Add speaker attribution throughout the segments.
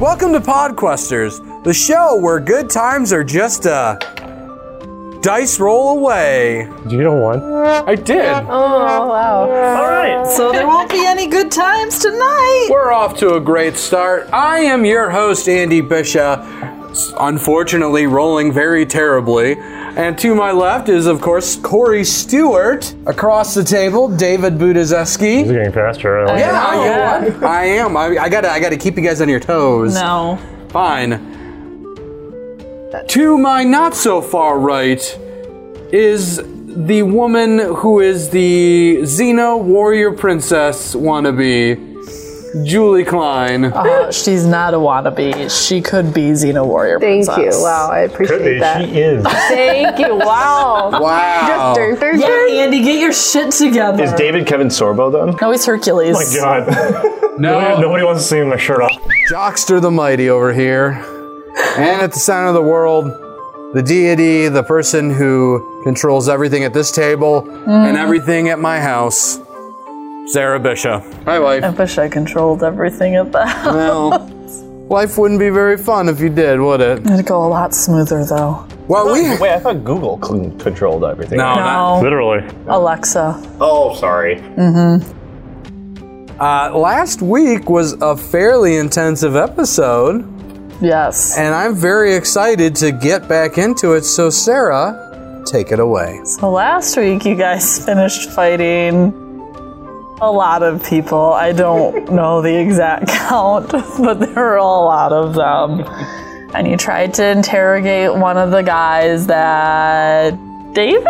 Speaker 1: Welcome to Podquesters, the show where good times are just a dice roll away.
Speaker 2: You don't want.
Speaker 1: I did.
Speaker 3: Oh wow!
Speaker 2: All right.
Speaker 3: So there won't be any good times tonight.
Speaker 1: We're off to a great start. I am your host, Andy Bisha, unfortunately rolling very terribly. And to my left is, of course, Corey Stewart. Across the table, David Budizeski.
Speaker 2: It's getting faster. I like it.
Speaker 1: Yeah, you know what? I am. I, I gotta, I gotta keep you guys on your toes.
Speaker 3: No.
Speaker 1: Fine. To my not so far right is the woman who is the Xena warrior princess wannabe, Julie Klein.
Speaker 3: Uh, she's not a wannabe. She could be Xena Warrior
Speaker 4: Thank
Speaker 3: Princess.
Speaker 4: you. Wow, I
Speaker 2: Could
Speaker 4: appreciate
Speaker 2: be.
Speaker 4: that.
Speaker 2: She is.
Speaker 4: Thank you. Wow.
Speaker 1: wow.
Speaker 4: Dun, dun,
Speaker 3: Yeah,
Speaker 4: dun.
Speaker 3: Andy, get your shit together.
Speaker 5: Is David Kevin Sorbo then?
Speaker 3: no, he's Hercules.
Speaker 2: Oh my God.
Speaker 1: No,
Speaker 2: Nobody wants to see my shirt off.
Speaker 1: Jockster the Mighty over here. And at the sound of the world, the deity, the person who controls everything at this table and everything at my house, Sarah Bisha. Hi,
Speaker 3: I
Speaker 1: wife.
Speaker 3: wish I controlled everything at that.
Speaker 1: Well, life wouldn't be very fun if you did, would it?
Speaker 3: It'd go a lot smoother though.
Speaker 1: Well, we. No,
Speaker 5: Wait, I thought Google cl- controlled everything.
Speaker 1: not-
Speaker 3: No,
Speaker 2: Literally.
Speaker 3: Alexa.
Speaker 5: Oh, sorry.
Speaker 1: Uh, last week was a fairly intensive episode,
Speaker 3: Yes.
Speaker 1: and I'm very excited to get back into it. So, Sarah, take it away.
Speaker 3: So last week you guys finished fighting a lot of people. I don't know the exact count, but there were a lot of them. And you tried to interrogate one of the guys that David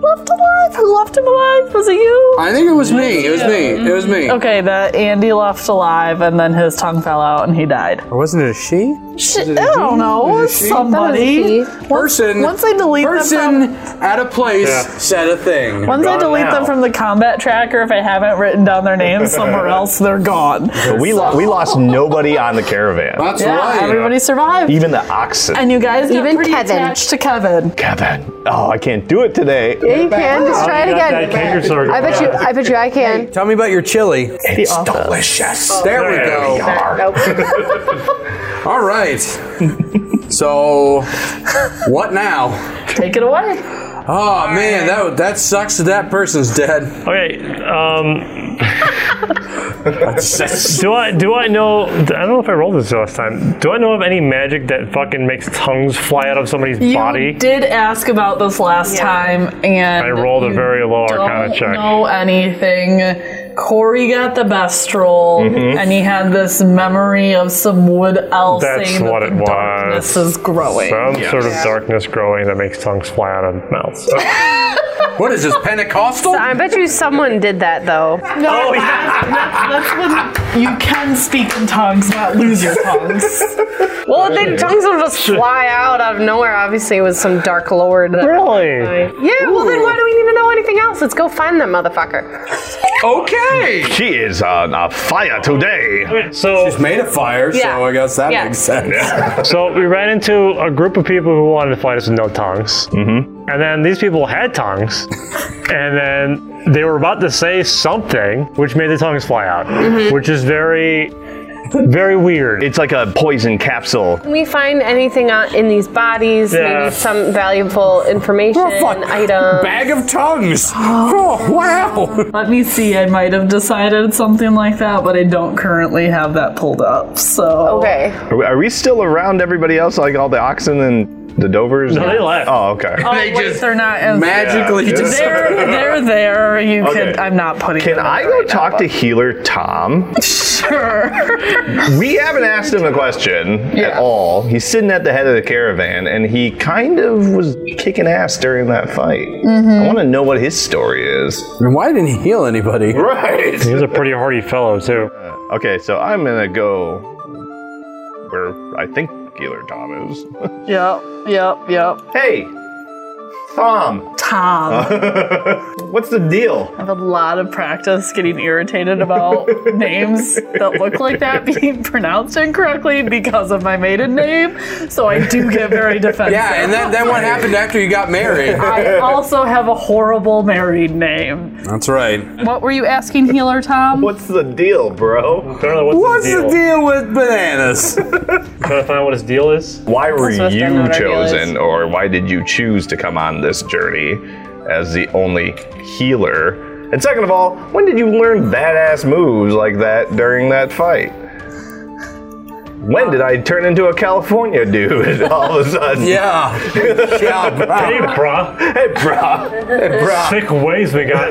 Speaker 3: left alive? Who left him alive? Was it you?
Speaker 1: I think it was me. It was me. It was me.
Speaker 3: okay, that Andy left alive and then his tongue fell out and he died.
Speaker 1: Or wasn't Oh, it a she?
Speaker 3: Shit, I don't know.
Speaker 1: Was it she?
Speaker 3: Somebody.
Speaker 4: That was
Speaker 1: person
Speaker 3: Once I delete them
Speaker 1: person
Speaker 3: from-
Speaker 1: at a place
Speaker 2: Yeah.
Speaker 1: said a thing.
Speaker 3: Once I
Speaker 2: Gone
Speaker 3: delete
Speaker 2: now.
Speaker 3: them from the combat tracker, if I haven't written down their names somewhere else, they're gone.
Speaker 5: But we, lo- we lost nobody on the caravan.
Speaker 1: That's
Speaker 3: Yeah,
Speaker 1: right.
Speaker 3: everybody survived.
Speaker 5: Even the oxen.
Speaker 3: and you guys got
Speaker 4: Even
Speaker 3: pretty
Speaker 4: Kevin.
Speaker 3: attached to Kevin.
Speaker 5: Kevin. Oh, I can't do it today.
Speaker 4: You can just try it
Speaker 2: you got that kangaroo
Speaker 4: again.
Speaker 2: sword.
Speaker 4: I bet you. I bet you. I can.
Speaker 1: Tell me about your chili.
Speaker 5: It's delicious.
Speaker 1: There we go.
Speaker 4: Nope.
Speaker 1: All right. so, what now?
Speaker 3: Take it away.
Speaker 1: Oh man, that that sucks that that person's dead.
Speaker 2: Okay. Um,
Speaker 1: That's-
Speaker 2: do I do I know? I don't know if I rolled this last time. Do I know of any magic that fucking makes tongues fly out of somebody's
Speaker 3: You
Speaker 2: body?
Speaker 3: did ask about this last time, and
Speaker 2: I rolled a
Speaker 3: you
Speaker 2: very low
Speaker 3: don't
Speaker 2: Arcana check.
Speaker 3: know anything. Corey got the best roll,
Speaker 2: Mm-hmm.
Speaker 3: and he had this memory of some wood elf
Speaker 2: That's
Speaker 3: saying that
Speaker 2: what
Speaker 3: the
Speaker 2: it was.
Speaker 3: darkness is growing.
Speaker 2: Some sort of darkness growing that makes tongues fly out of mouths.
Speaker 1: what is this Pentecostal?
Speaker 4: I bet you someone did that though.
Speaker 2: oh yeah.
Speaker 3: That's when you can speak in tongues, not lose your tongues.
Speaker 4: Well, the tongues will just fly out out of nowhere. Obviously, it was some dark lord. that-
Speaker 2: Really?
Speaker 4: Yeah. Well, then why do we need to know anything else? Let's go find them, motherfucker.
Speaker 1: Okay.
Speaker 5: She is on a fire today.
Speaker 2: So
Speaker 1: Made a fire,
Speaker 4: Yeah.
Speaker 1: so I guess that
Speaker 4: Yeah.
Speaker 1: makes sense.
Speaker 2: So we ran into a group of people who wanted to fight us with no tongues. Mm-hmm. And then these people had tongues. and then they were about to say something, which made the tongues fly out, which is very, very weird.
Speaker 5: It's like a poison capsule.
Speaker 4: Can we find anything on- in these bodies?
Speaker 2: Yeah.
Speaker 4: Maybe some valuable information,
Speaker 1: Oh, fuck.
Speaker 4: item.
Speaker 1: Bag of tongues. Oh wow.
Speaker 3: Let me see. I might have decided something like that, but I don't currently have that pulled up. So
Speaker 4: Okay.
Speaker 5: Are we, are we still around everybody else? Like all the oxen and the Dovers?
Speaker 2: No, they left.
Speaker 5: Oh, okay.
Speaker 1: They
Speaker 3: Wait,
Speaker 1: just
Speaker 3: they're not. As,
Speaker 1: magically
Speaker 5: Yeah.
Speaker 1: just.
Speaker 3: they're they're there. You
Speaker 5: Okay.
Speaker 3: could. I'm not putting.
Speaker 5: Can
Speaker 3: them
Speaker 5: I
Speaker 3: in
Speaker 5: go
Speaker 3: right now,
Speaker 5: talk
Speaker 3: but-
Speaker 5: to healer Tom?
Speaker 3: Sure.
Speaker 5: We haven't asked him a question at all. He's sitting at the head of the caravan, and he kind of was kicking ass during that fight. I want to know what his story is.
Speaker 1: And why didn't he heal anybody?
Speaker 5: Right.
Speaker 2: He was a pretty hardy fellow, too.
Speaker 5: Okay, so I'm gonna go where I think Healer Tom is.
Speaker 3: yep. Yep. Yep.
Speaker 5: hey, Tom,
Speaker 3: Tom.
Speaker 5: what's the deal?
Speaker 3: I have a lot of practice getting irritated about names that look like that being pronounced incorrectly because of my maiden name. So I do get very defensive.
Speaker 1: Yeah, and then, then what happened after you got married?
Speaker 3: I also have a horrible married name.
Speaker 1: That's right.
Speaker 3: What were you asking, Healer Tom?
Speaker 5: What's the deal, bro?
Speaker 2: Apparently, what's,
Speaker 1: What's
Speaker 2: his deal?
Speaker 1: the deal with bananas?
Speaker 2: Trying to find out what his deal is.
Speaker 5: Why were
Speaker 3: supposed to know
Speaker 5: you
Speaker 3: what our deal is.
Speaker 5: chosen, or why did you choose to come on this journey as the only healer? And second of all, when did you learn badass moves like that during that fight? When did I turn into a California dude all of a sudden?
Speaker 1: Yeah. Yeah, bro.
Speaker 2: Hey, brah.
Speaker 5: Hey, bro. Hey, bro.
Speaker 2: Sick ways we got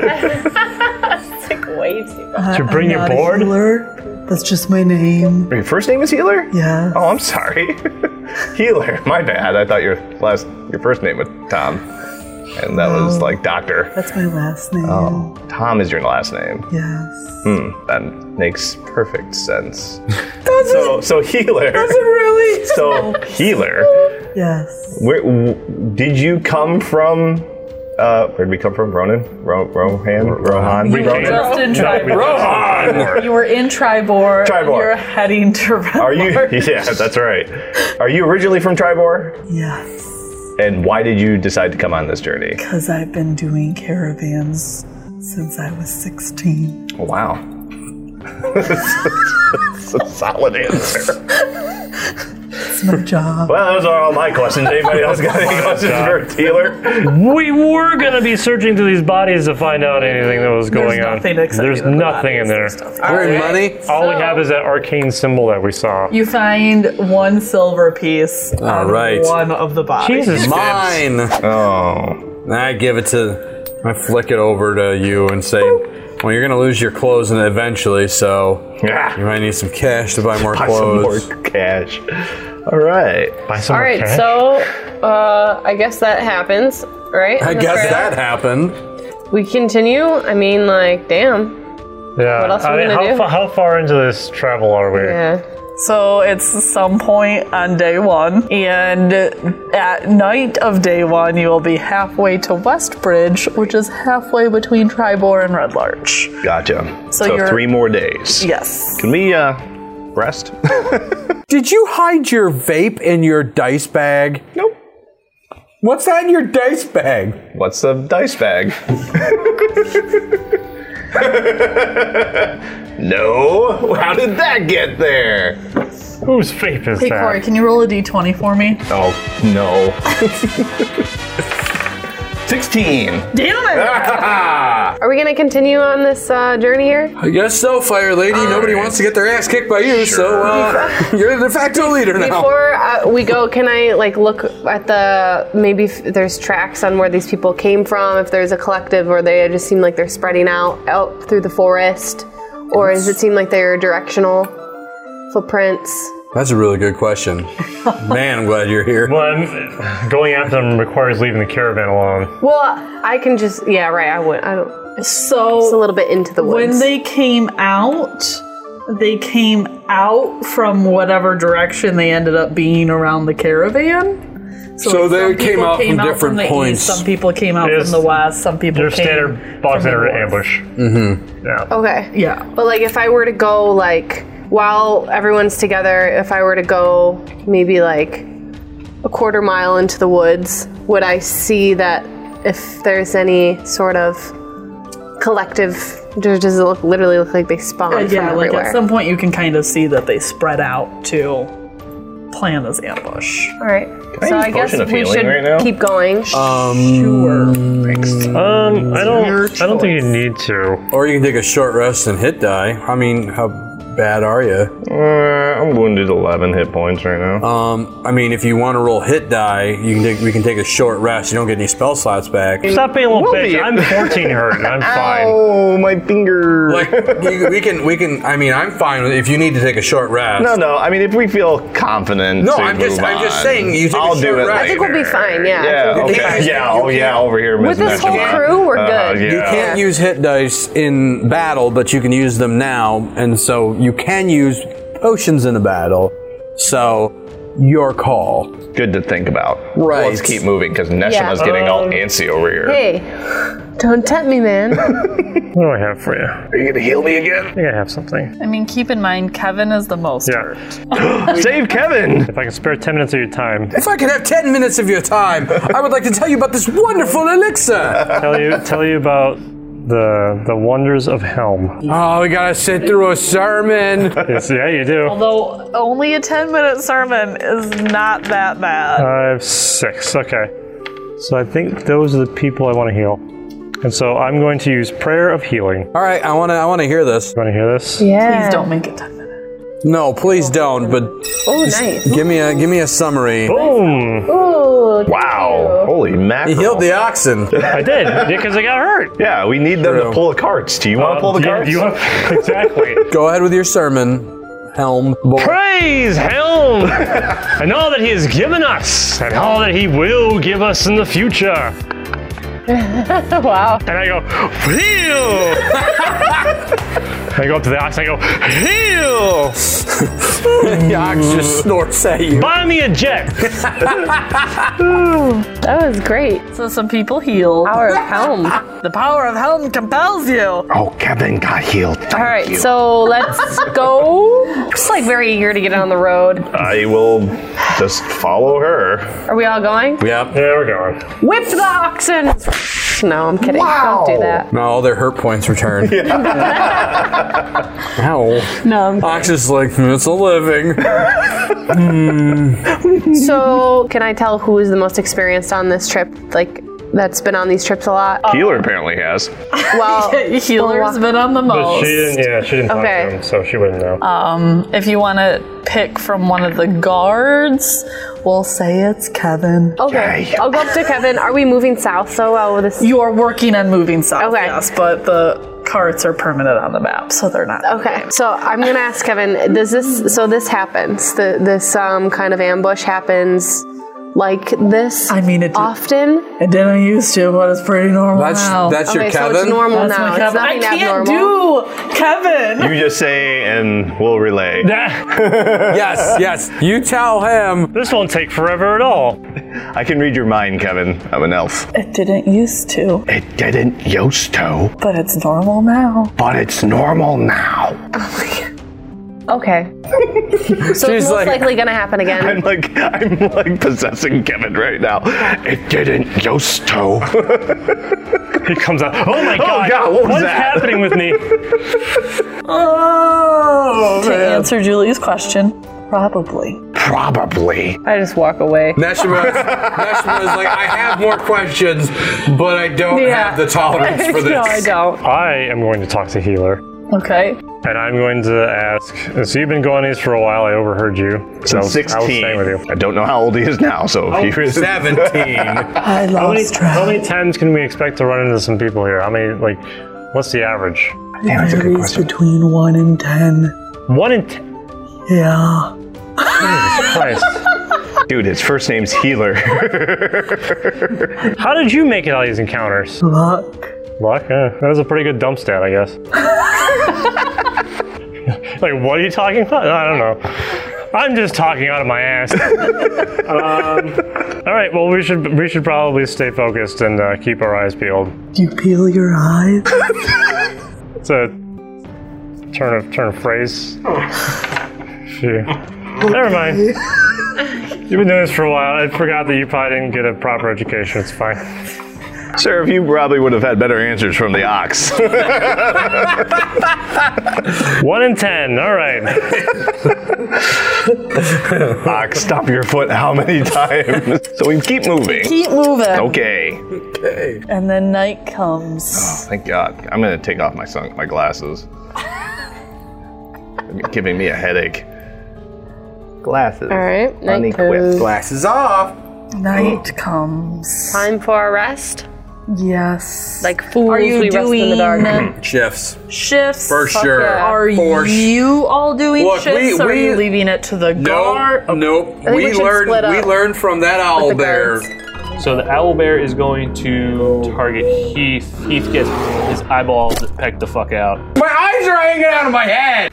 Speaker 6: Sick waves.
Speaker 2: to bring your board.
Speaker 3: Healer? That's just my name.
Speaker 5: Your first name is Healer?
Speaker 3: Yeah.
Speaker 5: Oh, I'm sorry. Healer. My bad. I thought your last, your first name was Tom, and that was like Doctor.
Speaker 3: That's my last name.
Speaker 2: Oh.
Speaker 5: Tom is your last name. Hmm.
Speaker 3: Yes.
Speaker 2: Mm.
Speaker 5: That makes perfect sense. so, so Healer. Does it really? So Healer.
Speaker 3: Yes.
Speaker 5: Where w- did you come from? Uh, where did we come from? Ronan? Ro- Rohan? Rohan?
Speaker 2: We
Speaker 5: Ronan?
Speaker 2: came-
Speaker 3: Just in
Speaker 2: No, we-
Speaker 3: Tribor. You were in Tribor.
Speaker 5: Tribor.
Speaker 3: You're heading to Red
Speaker 5: Are you? Yeah, that's right. Are you originally from Tribor?
Speaker 3: Yes.
Speaker 5: And why did you decide to come on this journey?
Speaker 3: Because I've been doing caravans since I was 16.
Speaker 5: Oh, wow. That's a solid answer.
Speaker 3: It's my job.
Speaker 5: Well, those are all my questions. Anybody else got any questions for Taylor?
Speaker 2: We were gonna be searching through these bodies to find out anything that was going
Speaker 3: There's
Speaker 2: on.
Speaker 3: nothing exciting
Speaker 2: There's
Speaker 3: about
Speaker 2: nothing in
Speaker 3: bodies.
Speaker 2: there.
Speaker 3: There's nothing.
Speaker 1: We're in money.
Speaker 2: All we have is that arcane symbol that we saw.
Speaker 3: You find one silver piece
Speaker 1: All
Speaker 3: on
Speaker 1: right.
Speaker 3: one of the bodies.
Speaker 2: Jesus,
Speaker 1: Mine.
Speaker 5: Oh.
Speaker 1: I give it to. I flick it over to you and say, "Well, you're gonna lose your clothes and eventually, so you
Speaker 5: Yeah.
Speaker 1: might need some cash to buy more
Speaker 5: Buy some more
Speaker 1: clothes."
Speaker 5: cash. All right.
Speaker 2: buy some
Speaker 7: All
Speaker 2: more
Speaker 7: right,
Speaker 2: cash.
Speaker 7: so uh, I guess that happens, right?
Speaker 1: I
Speaker 7: In the
Speaker 1: guess
Speaker 7: trailer?
Speaker 1: that happened.
Speaker 7: We continue. I mean, like, damn.
Speaker 2: yeah.
Speaker 7: what else
Speaker 2: I
Speaker 7: are we
Speaker 2: mean,
Speaker 7: gonna
Speaker 2: how,
Speaker 7: do?
Speaker 2: fa- how far into this travel are we?
Speaker 7: Yeah.
Speaker 3: So it's some point on day one, and at night of day one, you will be halfway to Westbridge, which is halfway between Tribor and Red Larch.
Speaker 5: Gotcha. So,
Speaker 3: you're-
Speaker 5: three more days.
Speaker 3: Yes.
Speaker 5: Can we uh, rest?
Speaker 1: Did you hide your vape in your dice bag?
Speaker 5: nope.
Speaker 1: What's that in your dice bag?
Speaker 5: What's the dice bag? no. How did that get there?
Speaker 2: Whose faith is
Speaker 3: Hey,
Speaker 2: that?
Speaker 3: Corey, can you roll a d20 for me?
Speaker 5: Oh, no. 16.
Speaker 3: Damn it!
Speaker 5: Uh,
Speaker 7: Are we gonna continue on this uh, journey here?
Speaker 1: I guess so, Fire Lady. Nobody
Speaker 5: right.
Speaker 1: wants to get their ass kicked by you, so uh, you're the de facto leader now.
Speaker 7: Before uh, we go, can I like look at the maybe if there's tracks on where these people came from? If there's a collective, or they just seem like they're spreading out out through the forest, or does it seem like they're directional footprints?
Speaker 1: That's a really good question. Man, I'm glad you're here.
Speaker 2: One, going after them requires leaving the caravan alone.
Speaker 7: Well, I can just yeah, right. I would. I don't. It's a
Speaker 3: So
Speaker 7: little bit into the woods.
Speaker 3: when they came out, they came out from whatever direction they ended up being around the caravan.
Speaker 1: So
Speaker 3: like,
Speaker 1: they
Speaker 3: some
Speaker 1: came
Speaker 3: people
Speaker 1: out from different
Speaker 3: the east,
Speaker 1: points.
Speaker 3: some people came out
Speaker 2: Yes.
Speaker 3: from the west. Some people.
Speaker 2: Your
Speaker 3: came
Speaker 2: standard box
Speaker 3: from the
Speaker 2: enter
Speaker 3: north.
Speaker 2: ambush. Mm-hmm. Yeah.
Speaker 7: okay.
Speaker 3: Yeah.
Speaker 7: But like if I were to go like while everyone's together, if I were to go maybe like a quarter mile into the woods, would I see that if there's any sort of collective does does it look literally look like they spawn
Speaker 3: But
Speaker 7: from
Speaker 3: Uh, yeah, like
Speaker 7: everywhere?
Speaker 3: at some point you can kind of see that they spread out to plan this ambush.
Speaker 7: All right.
Speaker 5: I
Speaker 7: so
Speaker 5: use
Speaker 7: I guess
Speaker 5: potion of
Speaker 7: we
Speaker 5: healing
Speaker 7: should
Speaker 5: right now?
Speaker 7: keep going.
Speaker 1: mm.
Speaker 2: Um, I
Speaker 3: Your
Speaker 2: don't. I don't think you
Speaker 3: choice.
Speaker 2: need to.
Speaker 1: Or you can take a short rest and hit die. I mean, how bad are you?
Speaker 5: Uh, I'm wounded 11 hit points right now.
Speaker 1: Um, I mean, if you want to roll hit die, you can take, we can take a short rest. You don't get any spell slots back.
Speaker 2: Stop being a little
Speaker 5: We'll
Speaker 2: bitch.
Speaker 5: be-
Speaker 2: I'm 14 hurt. and I'm fine.
Speaker 5: oh, my finger.
Speaker 1: Like you, we can, we can. I mean, I'm fine with if you need to take a short rest.
Speaker 5: no, no. I mean, if we feel confident,
Speaker 1: No,
Speaker 5: to
Speaker 1: I'm just-
Speaker 5: move
Speaker 1: I'm just
Speaker 5: on,
Speaker 1: saying, you take a
Speaker 5: I'll do
Speaker 1: short
Speaker 5: it.
Speaker 1: rest.
Speaker 5: Later.
Speaker 1: I
Speaker 7: think we'll be fine, yeah, I
Speaker 5: Yeah.
Speaker 7: think we'll be
Speaker 5: Okay.
Speaker 7: fine.
Speaker 5: Yeah. Oh, yeah. Over here, Miss
Speaker 7: With this whole
Speaker 5: Vegemite.
Speaker 7: crew, we're
Speaker 5: Uh,
Speaker 7: good.
Speaker 5: yeah.
Speaker 7: You
Speaker 1: You can't use hit dice in battle, but you can use them now, and so you can use potions in a battle. So, your call.
Speaker 5: good to think about.
Speaker 1: Right.
Speaker 5: Let's keep moving because Neshima's
Speaker 4: Yeah.
Speaker 5: getting all
Speaker 2: Um,
Speaker 5: antsy over here.
Speaker 4: Hey, don't tempt me, man.
Speaker 2: What do I have for you? I
Speaker 5: Are you gonna heal me again?
Speaker 2: think I have something.
Speaker 3: I mean, keep in mind, Kevin is the most
Speaker 2: Yeah.
Speaker 3: hurt.
Speaker 5: Save Kevin.
Speaker 2: If I can spare 10 minutes of your time,
Speaker 1: If I could have 10 minutes of your time, I would like to tell you about this wonderful elixir.
Speaker 2: tell you tell you about the the wonders of Helm.
Speaker 1: Oh, we gotta sit through a sermon.
Speaker 2: Yes, yeah, you do.
Speaker 3: Although only a 10 minute sermon is not that bad.
Speaker 2: Five, six. Okay. So I think those are the people I want to heal. And so I'm going to use prayer of healing.
Speaker 1: All right, I wanna, I wanna hear this.
Speaker 2: You want to hear this?
Speaker 4: Yeah.
Speaker 3: Please don't make it 10 minutes.
Speaker 1: No, please don't. But
Speaker 4: Oh, nice.
Speaker 1: give me a, give me a summary.
Speaker 2: Boom!
Speaker 7: Ooh.
Speaker 5: Wow. Holy
Speaker 1: He
Speaker 5: mackerel.
Speaker 1: healed the oxen.
Speaker 2: I did because I got hurt.
Speaker 5: Yeah, we need them
Speaker 1: True.
Speaker 5: to pull the carts. Do Uh, you want to pull the
Speaker 2: Do you-
Speaker 5: carts?
Speaker 2: do you want- exactly.
Speaker 1: Go ahead with your sermon, Helm. Boy.
Speaker 2: Praise Helm and all that he has given us and all that he will give us in the future.
Speaker 7: Wow.
Speaker 2: And I go, heal! I go up to the ox and I go, heal!
Speaker 1: The ox just snorts at you.
Speaker 2: Buy me a jet!
Speaker 7: That was great.
Speaker 3: So some people heal.
Speaker 7: Power of Helm. All
Speaker 3: The power of Helm compels you.
Speaker 5: oh, Kevin got healed. All
Speaker 7: right, so let's go. I'm just like very eager to get on the road.
Speaker 5: I will just follow her.
Speaker 7: Are we all going?
Speaker 1: Yep.
Speaker 2: There we go.
Speaker 7: Whip the oxen! No, I'm kidding. Don't do that.
Speaker 1: Now all their hurt points return. Ow.
Speaker 7: No.
Speaker 1: Ox is like, "Hmm, it's a living.
Speaker 4: So, can I tell who is the most experienced on this trip? Like, that's been on these trips a lot.
Speaker 3: Oh,
Speaker 5: Healer apparently has.
Speaker 4: Well,
Speaker 3: Healer's been on the
Speaker 2: But
Speaker 3: most.
Speaker 2: she didn't, yeah, she didn't talk
Speaker 4: Okay.
Speaker 2: to him, so she wouldn't know.
Speaker 3: If you want to pick from one of the guards, we'll say it's Kevin.
Speaker 4: okay. I'll go up to Kevin. Are we moving south though? Oh, this.
Speaker 3: You are working on moving south,
Speaker 4: Okay.
Speaker 3: yes, but the carts are permanent on the map, so they're not.
Speaker 4: Okay. So I'm gonna ask Kevin. Does this? So this happens. The, this um, kind of ambush happens like this
Speaker 3: I mean, it, did,
Speaker 4: often.
Speaker 3: it didn't used to, but it's pretty normal
Speaker 1: That's
Speaker 3: now.
Speaker 1: that's your
Speaker 4: okay. So
Speaker 1: Kevin.
Speaker 4: it's normal
Speaker 3: That's my
Speaker 4: now. It's
Speaker 3: Kevin. I
Speaker 4: nothing
Speaker 3: can't
Speaker 4: abnormal.
Speaker 3: do Kevin.
Speaker 5: You just say, and we'll relay.
Speaker 1: Yes, yes. You tell him.
Speaker 2: this won't take forever at all.
Speaker 5: I can read your mind, Kevin. I'm an elf.
Speaker 3: It didn't used to,
Speaker 5: It didn't used to,
Speaker 3: but it's normal now.
Speaker 5: but it's normal now.
Speaker 4: Okay. so
Speaker 1: She's
Speaker 4: it's most
Speaker 1: like-
Speaker 4: likely gonna happen again.
Speaker 5: I'm like, I'm like possessing Kevin right now. It didn't used to.
Speaker 2: He comes out, oh my god,
Speaker 5: God, what was
Speaker 2: what is
Speaker 5: that?"
Speaker 2: happening with me?
Speaker 1: Oh
Speaker 3: To
Speaker 1: man.
Speaker 3: answer Julie's question, probably.
Speaker 5: Probably.
Speaker 7: I just walk away.
Speaker 1: Neshima, Neshima is like, I have more questions, but I don't have the tolerance for this.
Speaker 7: no, I don't.
Speaker 2: I am going to talk to Healer.
Speaker 3: Okay.
Speaker 2: And I'm going to ask. So you've been going these for a while. I overheard you. So I was- I was staying with you.
Speaker 5: I don't know how old he is now, so if he was
Speaker 1: 17.
Speaker 3: I
Speaker 2: How many,
Speaker 3: lost
Speaker 2: how
Speaker 3: track.
Speaker 2: many times can we expect to run into some people here? How many? Like, what's the average?
Speaker 5: Damn, that's a good
Speaker 3: It's
Speaker 5: question.
Speaker 3: between one and ten.
Speaker 2: One in ten.
Speaker 3: Yeah.
Speaker 2: Christ.
Speaker 5: Dude, his first name's Healer.
Speaker 2: How did you make it all these encounters?
Speaker 3: Luck.
Speaker 2: Luck. Yeah. That was a pretty good dump stat, I guess. like, what are you talking about? I don't know. I'm just talking out of my ass. um, all right. Well, we should we should probably stay focused and uh, keep our eyes peeled.
Speaker 3: You peel your eyes.
Speaker 2: It's a turn of turn of phrase. Shoot. Never mind. You've been doing this for a while. I forgot that you probably didn't get a proper education. It's fine.
Speaker 5: Sir, if you probably would have had better answers from the ox.
Speaker 2: One in ten. All right.
Speaker 5: ox, stop your foot how many times? so we keep moving.
Speaker 3: Keep moving.
Speaker 5: Okay.
Speaker 3: And then night comes.
Speaker 5: Thank God. I'm gonna take off my sun my glasses. They're giving me a headache. Glasses.
Speaker 4: All right. Night
Speaker 5: Unequipped
Speaker 4: goes.
Speaker 1: Glasses off.
Speaker 3: Night comes.
Speaker 4: Time for a rest.
Speaker 3: Yes.
Speaker 4: Like fools, we rest in the dark.
Speaker 1: Shifts.
Speaker 3: shifts?
Speaker 1: For sure.
Speaker 4: yeah.
Speaker 3: Are
Speaker 1: For sh-
Speaker 3: you all doing
Speaker 1: Look, we-
Speaker 3: shifts? or are
Speaker 1: we-
Speaker 3: you leaving it to the guard? Oh,
Speaker 1: Nope. Nope.
Speaker 4: we
Speaker 1: We
Speaker 4: should
Speaker 1: learned
Speaker 4: split
Speaker 1: we
Speaker 4: up
Speaker 1: learned from that owl
Speaker 4: the
Speaker 1: bear.
Speaker 4: guards.
Speaker 8: So the owl bear is going to target Heath. Heath gets his eyeballs pecked the fuck out.
Speaker 1: My eyes are hanging out of my head.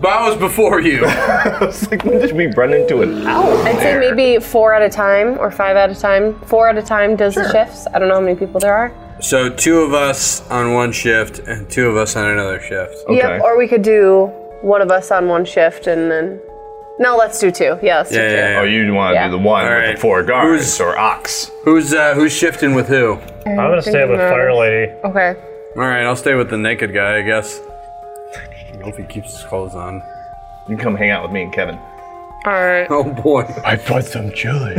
Speaker 1: But I was before you.
Speaker 5: It's like, when did we run into an owl?
Speaker 7: I'd say
Speaker 5: there?
Speaker 7: maybe four at a time or five at a time. Four at a time does the shifts. I don't know how many people there are.
Speaker 1: so two of us on one shift and two of us on another shift.
Speaker 5: Okay.
Speaker 7: Yep. Or we could do one of us on one shift and then. No, let's do two. Yeah, let's do
Speaker 1: Yeah,
Speaker 7: two.
Speaker 1: yeah,
Speaker 5: Oh,
Speaker 1: yeah.
Speaker 5: you want to
Speaker 7: Yeah.
Speaker 5: do the one with
Speaker 1: Alright.
Speaker 5: the four guards
Speaker 1: Who's-
Speaker 5: or ox?
Speaker 1: Who's uh, who's shifting with who?
Speaker 2: I'm gonna stay with Fire Lady.
Speaker 7: Okay.
Speaker 1: All right, I'll stay with the naked guy, I guess. I hope he keeps his clothes on.
Speaker 5: You can come hang out with me and Kevin.
Speaker 4: All right.
Speaker 1: Oh boy,
Speaker 5: I bought some chili.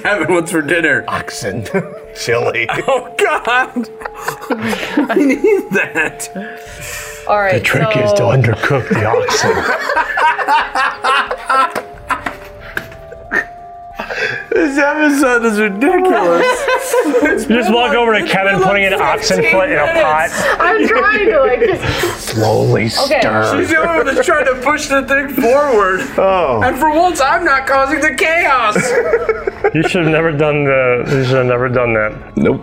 Speaker 1: Kevin, what's for dinner?
Speaker 5: Oxen. chili.
Speaker 1: Oh God, I need that.
Speaker 7: All right. The
Speaker 2: Trick is to undercook the oxen.
Speaker 1: This episode is ridiculous.
Speaker 2: You just walk over to Kevin, putting an oxen foot in a pot.
Speaker 7: I'm trying to like. Just...
Speaker 5: Slowly
Speaker 7: stir.
Speaker 1: He's the only one that's trying to push the thing forward,
Speaker 5: Oh.
Speaker 1: and for once, I'm not causing the chaos.
Speaker 2: You should have never done the. You should have never done that.
Speaker 5: Nope.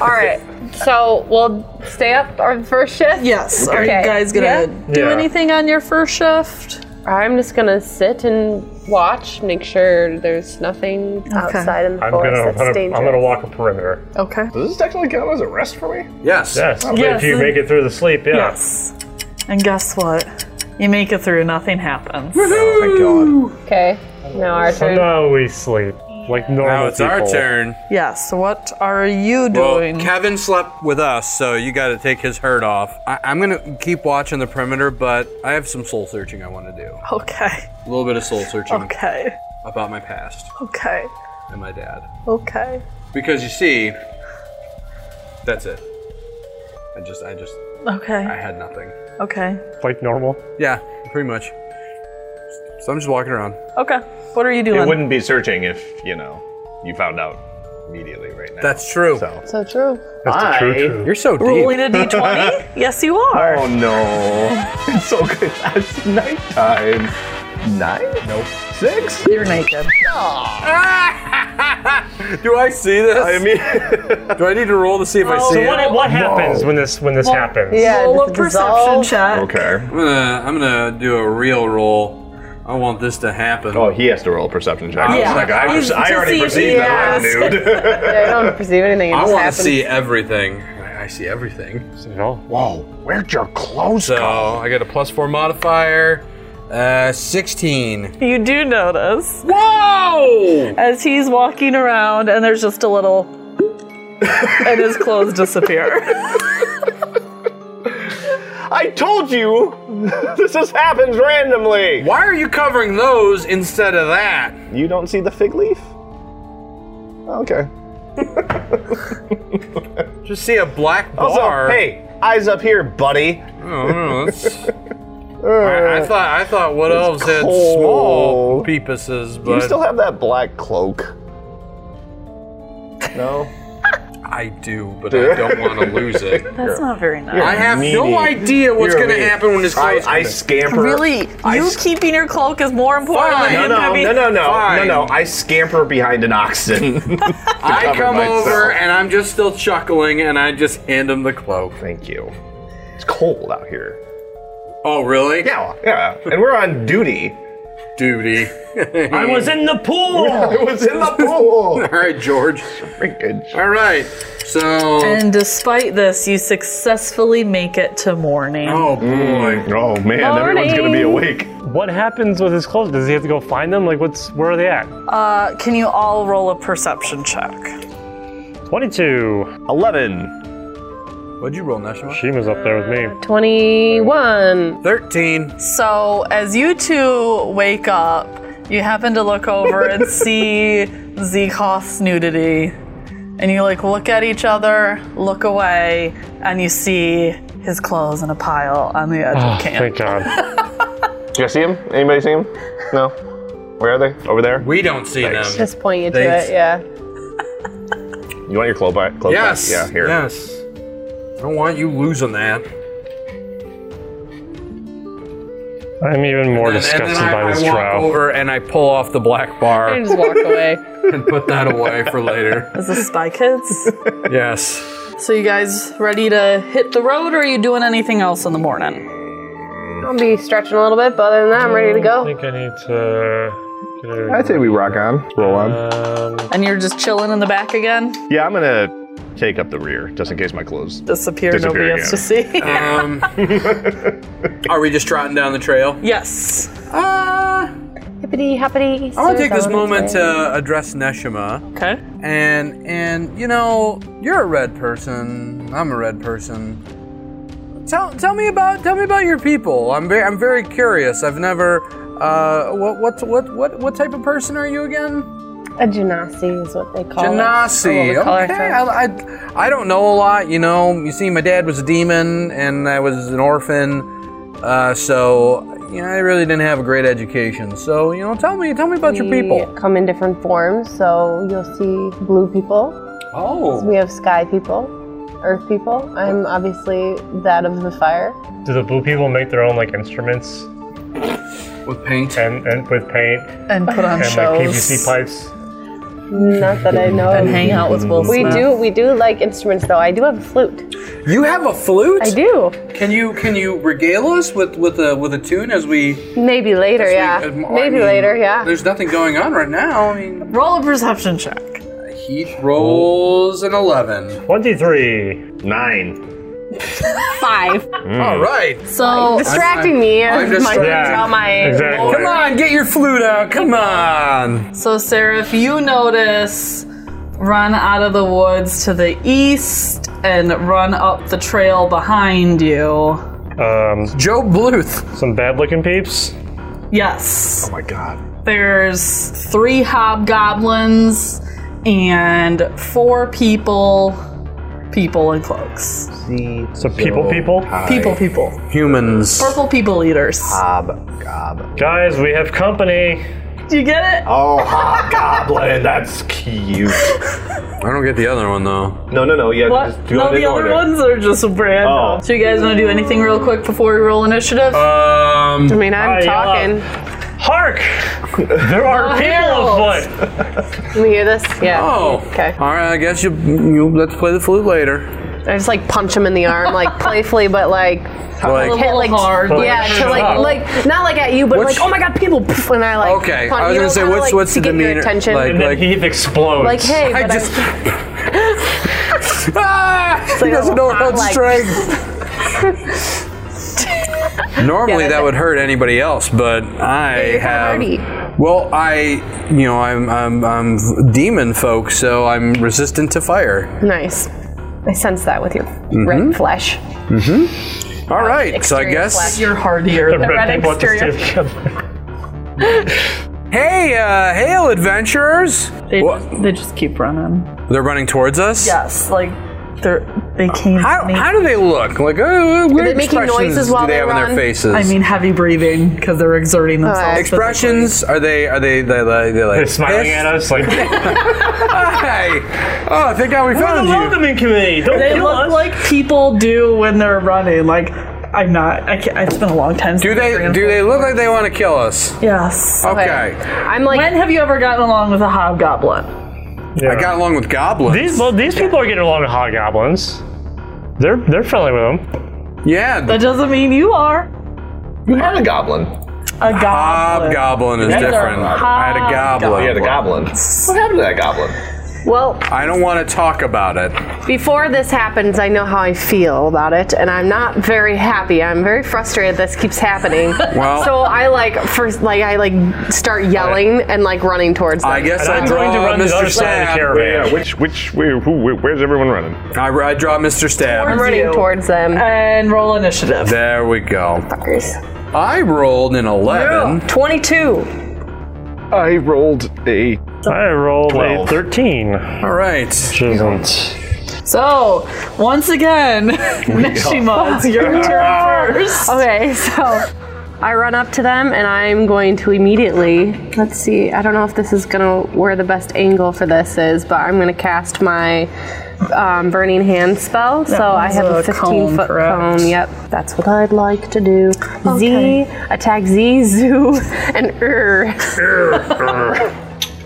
Speaker 7: All right. So we'll stay up our first shift.
Speaker 3: Yes. Are
Speaker 7: Okay.
Speaker 3: you guys gonna
Speaker 7: Yeah.
Speaker 3: do
Speaker 2: Yeah.
Speaker 3: anything on your first shift?
Speaker 7: I'm just gonna sit and watch, make sure there's nothing outside in the
Speaker 2: I'm
Speaker 7: forest
Speaker 2: gonna. I'm
Speaker 7: that's
Speaker 2: gonna,
Speaker 7: dangerous.
Speaker 2: I'm gonna walk a perimeter.
Speaker 3: Okay.
Speaker 5: Does this technically count as a rest for me?
Speaker 1: Yes.
Speaker 2: Yes.
Speaker 3: Yes.
Speaker 2: If you make it through the sleep, yeah.
Speaker 3: Yes. And guess what? You make it through, nothing happens.
Speaker 5: Oh,
Speaker 7: Okay. Now our
Speaker 2: So
Speaker 7: turn.
Speaker 2: now we sleep like normal
Speaker 1: Now it's our
Speaker 2: people.
Speaker 1: turn.
Speaker 3: yes. What are you
Speaker 1: Well,
Speaker 3: doing?
Speaker 1: Kevin slept with us, so you got to take his herd off. I- I'm gonna keep watching the perimeter, but I have some soul searching I want to do.
Speaker 3: okay.
Speaker 1: A little bit of soul searching
Speaker 3: Okay.
Speaker 1: about my past
Speaker 3: Okay.
Speaker 1: and my dad,
Speaker 3: Okay.
Speaker 1: because you see, that's it. I just, I just, I
Speaker 3: Okay.
Speaker 1: had nothing.
Speaker 3: Okay.
Speaker 2: Like normal.
Speaker 1: Yeah, pretty much. So I'm just walking around.
Speaker 3: Okay. What are you
Speaker 5: God. It
Speaker 3: doing?
Speaker 5: wouldn't be searching if, you know, you found out immediately right now.
Speaker 1: That's true.
Speaker 5: So.
Speaker 7: So true.
Speaker 2: That's the true truth.
Speaker 1: You're so deep.
Speaker 3: Rolling a d20? yes, you are.
Speaker 5: Oh no. it's so good. That's nighttime. Nine? Nope. Six?
Speaker 3: You're naked.
Speaker 1: Do I see this?
Speaker 5: I mean,
Speaker 1: Do I need to roll to see if I see
Speaker 2: So
Speaker 1: it?
Speaker 2: what, what happens when this when this happens?
Speaker 7: Yeah.
Speaker 3: Roll a
Speaker 7: just
Speaker 3: perception
Speaker 7: dissolve.
Speaker 3: check.
Speaker 5: okay.
Speaker 1: I'm gonna, I'm gonna do a real roll. I want this to happen.
Speaker 5: Oh, he has to roll a perception check. I
Speaker 1: Yeah.
Speaker 5: was like, I,
Speaker 3: He's
Speaker 5: I
Speaker 3: to see
Speaker 5: already
Speaker 3: if
Speaker 5: perceived
Speaker 3: he
Speaker 5: that,
Speaker 3: has.
Speaker 5: one, dude.
Speaker 7: I don't perceive anything. It
Speaker 1: I
Speaker 7: just
Speaker 1: want
Speaker 7: happens.
Speaker 1: to see everything. I I see everything.
Speaker 2: No.
Speaker 5: Whoa, where'd your clothes
Speaker 1: So I got a plus four modifier. Uh, 16.
Speaker 3: You do notice
Speaker 1: Whoa!
Speaker 3: as he's walking around, and there's just a little, and his clothes disappear.
Speaker 5: I told you, this just happens randomly.
Speaker 1: Why are you covering those instead of that?
Speaker 5: You don't see the fig leaf? Okay.
Speaker 1: Just see a black
Speaker 5: Also,
Speaker 1: bar.
Speaker 5: hey, eyes up here, buddy.
Speaker 1: Oh, no, that's- I, I thought I thought what elves had
Speaker 5: cold.
Speaker 1: small peepuses,
Speaker 5: Do you
Speaker 1: but
Speaker 5: still have that black cloak? No.
Speaker 1: I do, but I don't want to lose it.
Speaker 3: That's not very nice.
Speaker 1: I have no
Speaker 5: Meanie.
Speaker 1: idea what's
Speaker 5: You're
Speaker 1: going to
Speaker 5: mean.
Speaker 1: happen when this
Speaker 5: I,
Speaker 1: close.
Speaker 5: I scamper.
Speaker 3: Really,
Speaker 5: I
Speaker 3: you
Speaker 5: s-
Speaker 3: keeping your cloak is more important than
Speaker 1: Fine.
Speaker 5: No,
Speaker 3: him
Speaker 5: no,
Speaker 3: having-
Speaker 5: no, no, no, no,
Speaker 1: Fine.
Speaker 5: no. I scamper behind an oxen.
Speaker 1: I
Speaker 5: cover
Speaker 1: come
Speaker 5: myself.
Speaker 1: over and I'm just still chuckling, and I just hand him the cloak.
Speaker 5: Thank you. It's cold out here.
Speaker 1: Oh, really?
Speaker 5: Yeah, yeah. And we're on duty.
Speaker 1: Duty.
Speaker 2: I was in the pool.
Speaker 5: It was in the
Speaker 1: All
Speaker 5: pool.
Speaker 1: right, George.
Speaker 5: Freaking
Speaker 1: All right. So.
Speaker 3: And despite this, you successfully make it to morning.
Speaker 1: oh boy.
Speaker 5: Oh man, everyone's gonna be awake.
Speaker 2: What happens with his clothes? Does he have to go find them? Like what's where are they at?
Speaker 3: Uh, can you all roll a perception check?
Speaker 2: Twenty-two.
Speaker 5: Eleven.
Speaker 1: What'd you roll, National?
Speaker 2: She was up there with me.
Speaker 7: Twenty-one.
Speaker 1: Thirteen.
Speaker 3: So as you two wake up, you happen to look over and see Zekoth's nudity, and you like look at each other, look away, and you see his clothes in a pile on the edge of camp.
Speaker 2: Thank God.
Speaker 5: Do you guys see him? Anybody see him? No. Where are they? Over there.
Speaker 1: We don't see them.
Speaker 7: Just point you to
Speaker 1: Thanks.
Speaker 7: it. Yeah.
Speaker 5: You want your clothes back? Clothes
Speaker 1: Yes.
Speaker 5: Back? Yeah. Here.
Speaker 1: Yes. I don't want you losing that.
Speaker 2: I'm even more
Speaker 1: and then
Speaker 2: disgusted
Speaker 1: I,
Speaker 2: by this
Speaker 1: I walk
Speaker 2: trial.
Speaker 1: over and I pull off the black
Speaker 7: And
Speaker 1: bar
Speaker 7: Just walk away.
Speaker 1: and put that away for later.
Speaker 3: Is this Spy Kids?
Speaker 1: Yes.
Speaker 3: So you guys ready to hit the road, or are you doing anything else in the morning?
Speaker 7: I'll be stretching a little bit, but other than that, I'm ready to
Speaker 2: I
Speaker 7: go.
Speaker 2: think I need to. Get a,
Speaker 5: I say we rock on, roll on.
Speaker 2: um,
Speaker 3: And you're just chilling in the back again?
Speaker 5: Uh, Yeah, I'm gonna take up the rear just in case my clothes.
Speaker 3: Disappear,
Speaker 5: Disappear
Speaker 3: nobody else to see.
Speaker 1: Um, are we just trotting down the trail?
Speaker 3: yes.
Speaker 1: Uh,
Speaker 7: Hippity hoppity.
Speaker 1: I want to take this moment to address Neshima.
Speaker 3: Okay.
Speaker 1: and and you know you're a red person i'm a red person tell tell me about tell me about your people i'm very i'm very curious i've never uh what what what what what type of person are you again
Speaker 7: A genasi is what they call
Speaker 1: Genasi.
Speaker 7: it.
Speaker 1: okay I, I i don't know a lot you know you see my dad was a demon and i was an orphan uh so you know i really didn't have a great education so you know tell me tell me about your people
Speaker 7: Come in different forms, so you'll see blue people,
Speaker 1: oh
Speaker 7: We have sky people, earth people. I'm obviously that of the fire.
Speaker 2: do the blue people make their own like instruments
Speaker 1: with paint
Speaker 2: and, and with paint
Speaker 3: And put on
Speaker 2: and like PVC
Speaker 3: shows.
Speaker 2: pipes?
Speaker 7: Not that I know.
Speaker 3: and
Speaker 7: of.
Speaker 3: hang out with Will
Speaker 7: We
Speaker 3: Smith.
Speaker 7: do we do like instruments though. I do have a flute.
Speaker 1: you have a flute
Speaker 7: I do.
Speaker 1: Can you can you regale us with with a with a tune as we?
Speaker 7: Maybe later, yeah.
Speaker 1: as we- I
Speaker 7: Maybe
Speaker 1: mean,
Speaker 7: later, yeah.
Speaker 1: There's nothing going on right now. I mean,
Speaker 3: Roll a perception check.
Speaker 1: he rolls an eleven.
Speaker 2: Twenty-three.
Speaker 5: Nine.
Speaker 7: Five.
Speaker 1: All right,
Speaker 3: So
Speaker 7: Distracting me
Speaker 1: I'm
Speaker 7: is my
Speaker 1: distracted.
Speaker 7: all my
Speaker 2: exactly.
Speaker 1: come on, get your flute out. Come on.
Speaker 3: So, Sarah, if you notice, run out of the woods to the east and run up the trail behind you.
Speaker 2: Um,
Speaker 1: Joe Bluth.
Speaker 2: some bad-looking peeps.
Speaker 3: Yes.
Speaker 5: Oh my god.
Speaker 3: There's three hobgoblins and four people, people in cloaks.
Speaker 2: Some people, people.
Speaker 3: People, people.
Speaker 1: Humans.
Speaker 3: Purple people eaters.
Speaker 5: Ah. Hob gob.
Speaker 2: Guys, we have company.
Speaker 3: Do you get it?
Speaker 5: Oh, hobgoblin. That's cute.
Speaker 1: I don't get the other one though.
Speaker 5: No, no, no. Yeah,
Speaker 3: What?
Speaker 5: just do
Speaker 3: No,
Speaker 5: it in
Speaker 3: the other
Speaker 5: order.
Speaker 3: ones are just brand.
Speaker 5: Oh. Uh,
Speaker 3: So, you guys want to do anything real quick before we roll initiative?
Speaker 1: Um.
Speaker 4: I mean, I'm
Speaker 2: I yell out,
Speaker 4: talking.
Speaker 2: Hark! There are people afoot.
Speaker 7: Can we hear this? Yeah.
Speaker 1: Oh.
Speaker 7: Okay.
Speaker 1: All right. I guess you you let's play the flute later.
Speaker 7: I just like punch him in the arm, like playfully, but like
Speaker 1: Like.
Speaker 7: hit like
Speaker 3: hard.
Speaker 7: Yeah, to like like not like at you, but
Speaker 1: What's-
Speaker 7: like oh my god, people! poof, And I like
Speaker 1: Okay,
Speaker 7: punch-
Speaker 1: I was
Speaker 7: you
Speaker 1: gonna
Speaker 7: know,
Speaker 1: say,
Speaker 7: kinda,
Speaker 1: what's-
Speaker 7: like,
Speaker 1: what's
Speaker 7: to
Speaker 1: the
Speaker 7: get your
Speaker 1: demeanor?
Speaker 7: attention.
Speaker 1: Like-
Speaker 2: And then
Speaker 1: Like-
Speaker 2: he explodes.
Speaker 7: Like, hey,
Speaker 1: I
Speaker 7: but
Speaker 1: just.
Speaker 7: I'm,
Speaker 1: Ah! He doesn't know her own
Speaker 7: like-
Speaker 1: strength. Normally that would hurt anybody else, but I
Speaker 7: you're
Speaker 1: have.
Speaker 7: kinda
Speaker 1: Well, I, you know, I'm, I'm I'm demon folk, so I'm resistant to fire.
Speaker 7: nice. I sense that with your red flesh.
Speaker 1: All right, so I
Speaker 7: Exterior
Speaker 1: guess.
Speaker 7: flesh.
Speaker 3: You're hardier than
Speaker 2: Red
Speaker 7: red
Speaker 2: people at the
Speaker 7: exterior.
Speaker 2: stadium.
Speaker 1: Hey, uh, hail adventurers!
Speaker 3: They,
Speaker 1: Wha-
Speaker 3: just, they just keep running.
Speaker 1: They're running towards us.
Speaker 3: Yes, like they're they came.
Speaker 1: How, how do they look? Like, uh, what
Speaker 7: they making
Speaker 1: expressions
Speaker 7: noises while
Speaker 1: do they
Speaker 7: they
Speaker 1: have on
Speaker 7: run?
Speaker 1: their faces?
Speaker 3: I mean, heavy breathing because they're exerting themselves.
Speaker 1: expressions? Are they? Are they? They, they, they like
Speaker 2: They're smiling
Speaker 1: pissed?
Speaker 2: at us like
Speaker 1: Hey! Oh, thank God we found you.
Speaker 2: committee. Don't
Speaker 3: They look like people do when they're running. Like I'm not. I can't, it's been a long time.
Speaker 1: Do they do they Oh. look like they want to kill us?
Speaker 3: Yes.
Speaker 1: Okay.
Speaker 7: I'm like
Speaker 3: When have you ever gotten along with a hobgoblin?
Speaker 1: I got along with goblins.
Speaker 2: these. Well, these people are getting along with hobgoblins. They're they're friendly with them.
Speaker 1: yeah, the
Speaker 3: That doesn't mean you are
Speaker 5: You had a goblin.
Speaker 3: a
Speaker 1: Ah.
Speaker 3: goblin.
Speaker 1: hobgoblin is
Speaker 3: These are
Speaker 1: different. I had a goblin.
Speaker 5: You had a goblin. What happened to that goblin?
Speaker 7: well
Speaker 1: I don't want to talk about it.
Speaker 7: before this happens, I know how I feel about it, and I'm not very happy. I'm very frustrated. This keeps happening.
Speaker 1: Well-
Speaker 7: so I like first like I like start yelling and like running towards them.
Speaker 1: I guess
Speaker 2: And
Speaker 1: I
Speaker 2: I'm
Speaker 1: draw
Speaker 2: going to run to the
Speaker 1: Mr.
Speaker 2: other side of the
Speaker 1: Stab.
Speaker 2: caravan.
Speaker 5: which, which, where, who, where, where's everyone running?
Speaker 1: I, I draw Mr. Stab.
Speaker 7: I'm running
Speaker 3: you.
Speaker 7: towards them.
Speaker 3: And roll initiative.
Speaker 1: There we go. I rolled an 11.
Speaker 3: Twenty-two.
Speaker 5: I rolled a.
Speaker 2: I rolled
Speaker 5: Twelve.
Speaker 2: a thirteen.
Speaker 1: All right.
Speaker 2: Which isn't.
Speaker 3: So once again, Neshima, it's your turn first.
Speaker 7: Okay, so I run up to them and I'm going to immediately. Let's see. I don't know if this is gonna where the best angle for this is, but I'm gonna cast my um, burning hand spell. so I have a
Speaker 3: one's a
Speaker 7: 15
Speaker 3: cone,
Speaker 7: foot
Speaker 3: correct?
Speaker 7: cone. Yep, that's what I'd like to do.
Speaker 3: Okay.
Speaker 7: Z attack Z Zoo and Ur.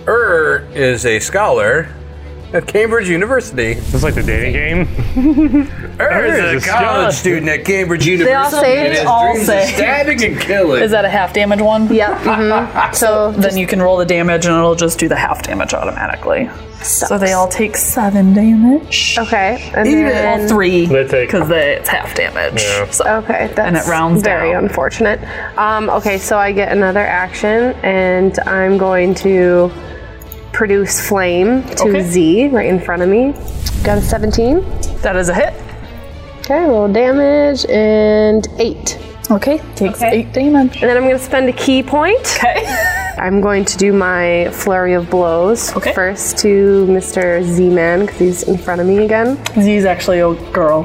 Speaker 1: Er is a scholar. at Cambridge University.
Speaker 2: It's like the dating game.
Speaker 1: There's
Speaker 2: There's
Speaker 1: a
Speaker 2: a
Speaker 1: college
Speaker 2: stud.
Speaker 1: student at Cambridge University.
Speaker 4: They all say
Speaker 1: His
Speaker 4: it.
Speaker 3: all
Speaker 1: dreams
Speaker 3: say-
Speaker 1: of stabbing and killing.
Speaker 3: Is that a half damage one?
Speaker 4: Yep.
Speaker 7: mm-hmm.
Speaker 4: mhm. So
Speaker 3: Then you can roll the damage and it'll just do the half damage automatically. So they all take seven damage.
Speaker 7: Okay.
Speaker 4: and then-
Speaker 3: Well, three.
Speaker 2: They take-
Speaker 3: Because it's half damage.
Speaker 2: Yeah.
Speaker 3: So.
Speaker 7: Okay, that's
Speaker 3: it rounds
Speaker 7: very
Speaker 3: down.
Speaker 7: unfortunate. Um, okay, so I get another action, and I'm going to produce flame to Z right in front of me. Got a 17.
Speaker 3: That is a hit.
Speaker 7: Okay, a little damage and eight.
Speaker 3: Okay. Takes eight damage.
Speaker 7: And then I'm going to spend a key point.
Speaker 3: Okay.
Speaker 7: I'm going to do my flurry of blows
Speaker 3: Okay.
Speaker 7: first to Mr. Z-Man because he's in front of me again.
Speaker 3: Z's actually a girl.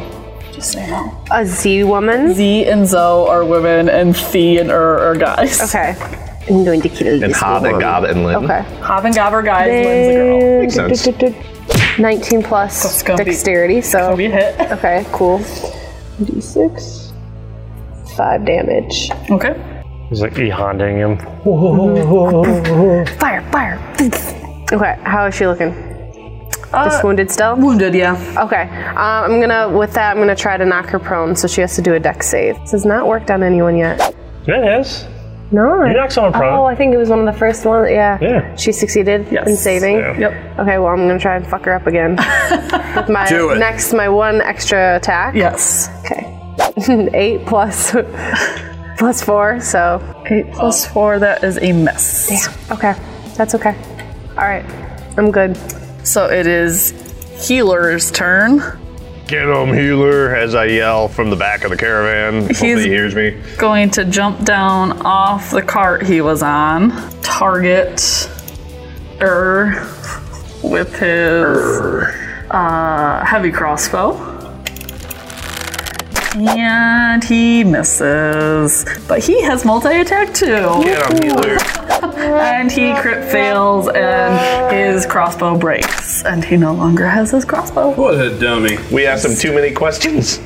Speaker 3: Just so you know.
Speaker 7: A Z-woman.
Speaker 3: Z and Zo are women, and Thee and Er are guys.
Speaker 7: Okay, I'm going to kill
Speaker 5: And
Speaker 7: this
Speaker 5: Hob and
Speaker 7: woman.
Speaker 5: Gob and Lin.
Speaker 7: Okay.
Speaker 3: Hop and Gobber guys wins a girl.
Speaker 5: Makes sense.
Speaker 7: 19 plus
Speaker 3: That's gonna be-
Speaker 7: dexterity, so.
Speaker 3: We hit.
Speaker 7: Okay, cool. D6. Five damage.
Speaker 3: Okay.
Speaker 2: He's like e-honding him.
Speaker 7: Fire, fire. okay, how is she looking? Just
Speaker 2: Uh,
Speaker 7: wounded still?
Speaker 3: Wounded, yeah.
Speaker 7: Okay. Um, I'm gonna, with that, I'm gonna try to knock her prone, so she has to do a dex save. This has not worked on anyone yet.
Speaker 2: Yeah, it is.
Speaker 7: No.
Speaker 2: You knocked someone prone.
Speaker 7: Oh, I think it was one of the first ones. Yeah.
Speaker 2: Yeah.
Speaker 7: She succeeded in saving.
Speaker 2: Yeah.
Speaker 3: Yep.
Speaker 7: Okay, well, I'm gonna try and fuck her up again. with my
Speaker 1: Do it.
Speaker 7: next, my one extra attack.
Speaker 3: Yes.
Speaker 7: Okay. Eight plus plus four, so
Speaker 3: Eight plus four, that is a miss.
Speaker 7: okay. That's okay. Alright. I'm good.
Speaker 3: So it is healer's turn.
Speaker 5: Get him, healer, as I yell from the back of the caravan. Hopefully he hears me.
Speaker 3: Going to jump down off the cart he was on. Target Er with his uh, heavy crossbow. And he misses. But he has multi attack too.
Speaker 5: Get him, healer.
Speaker 3: And he crit fails and his crossbow breaks. And he no longer has his crossbow.
Speaker 1: What a dummy.
Speaker 5: We asked him too many questions.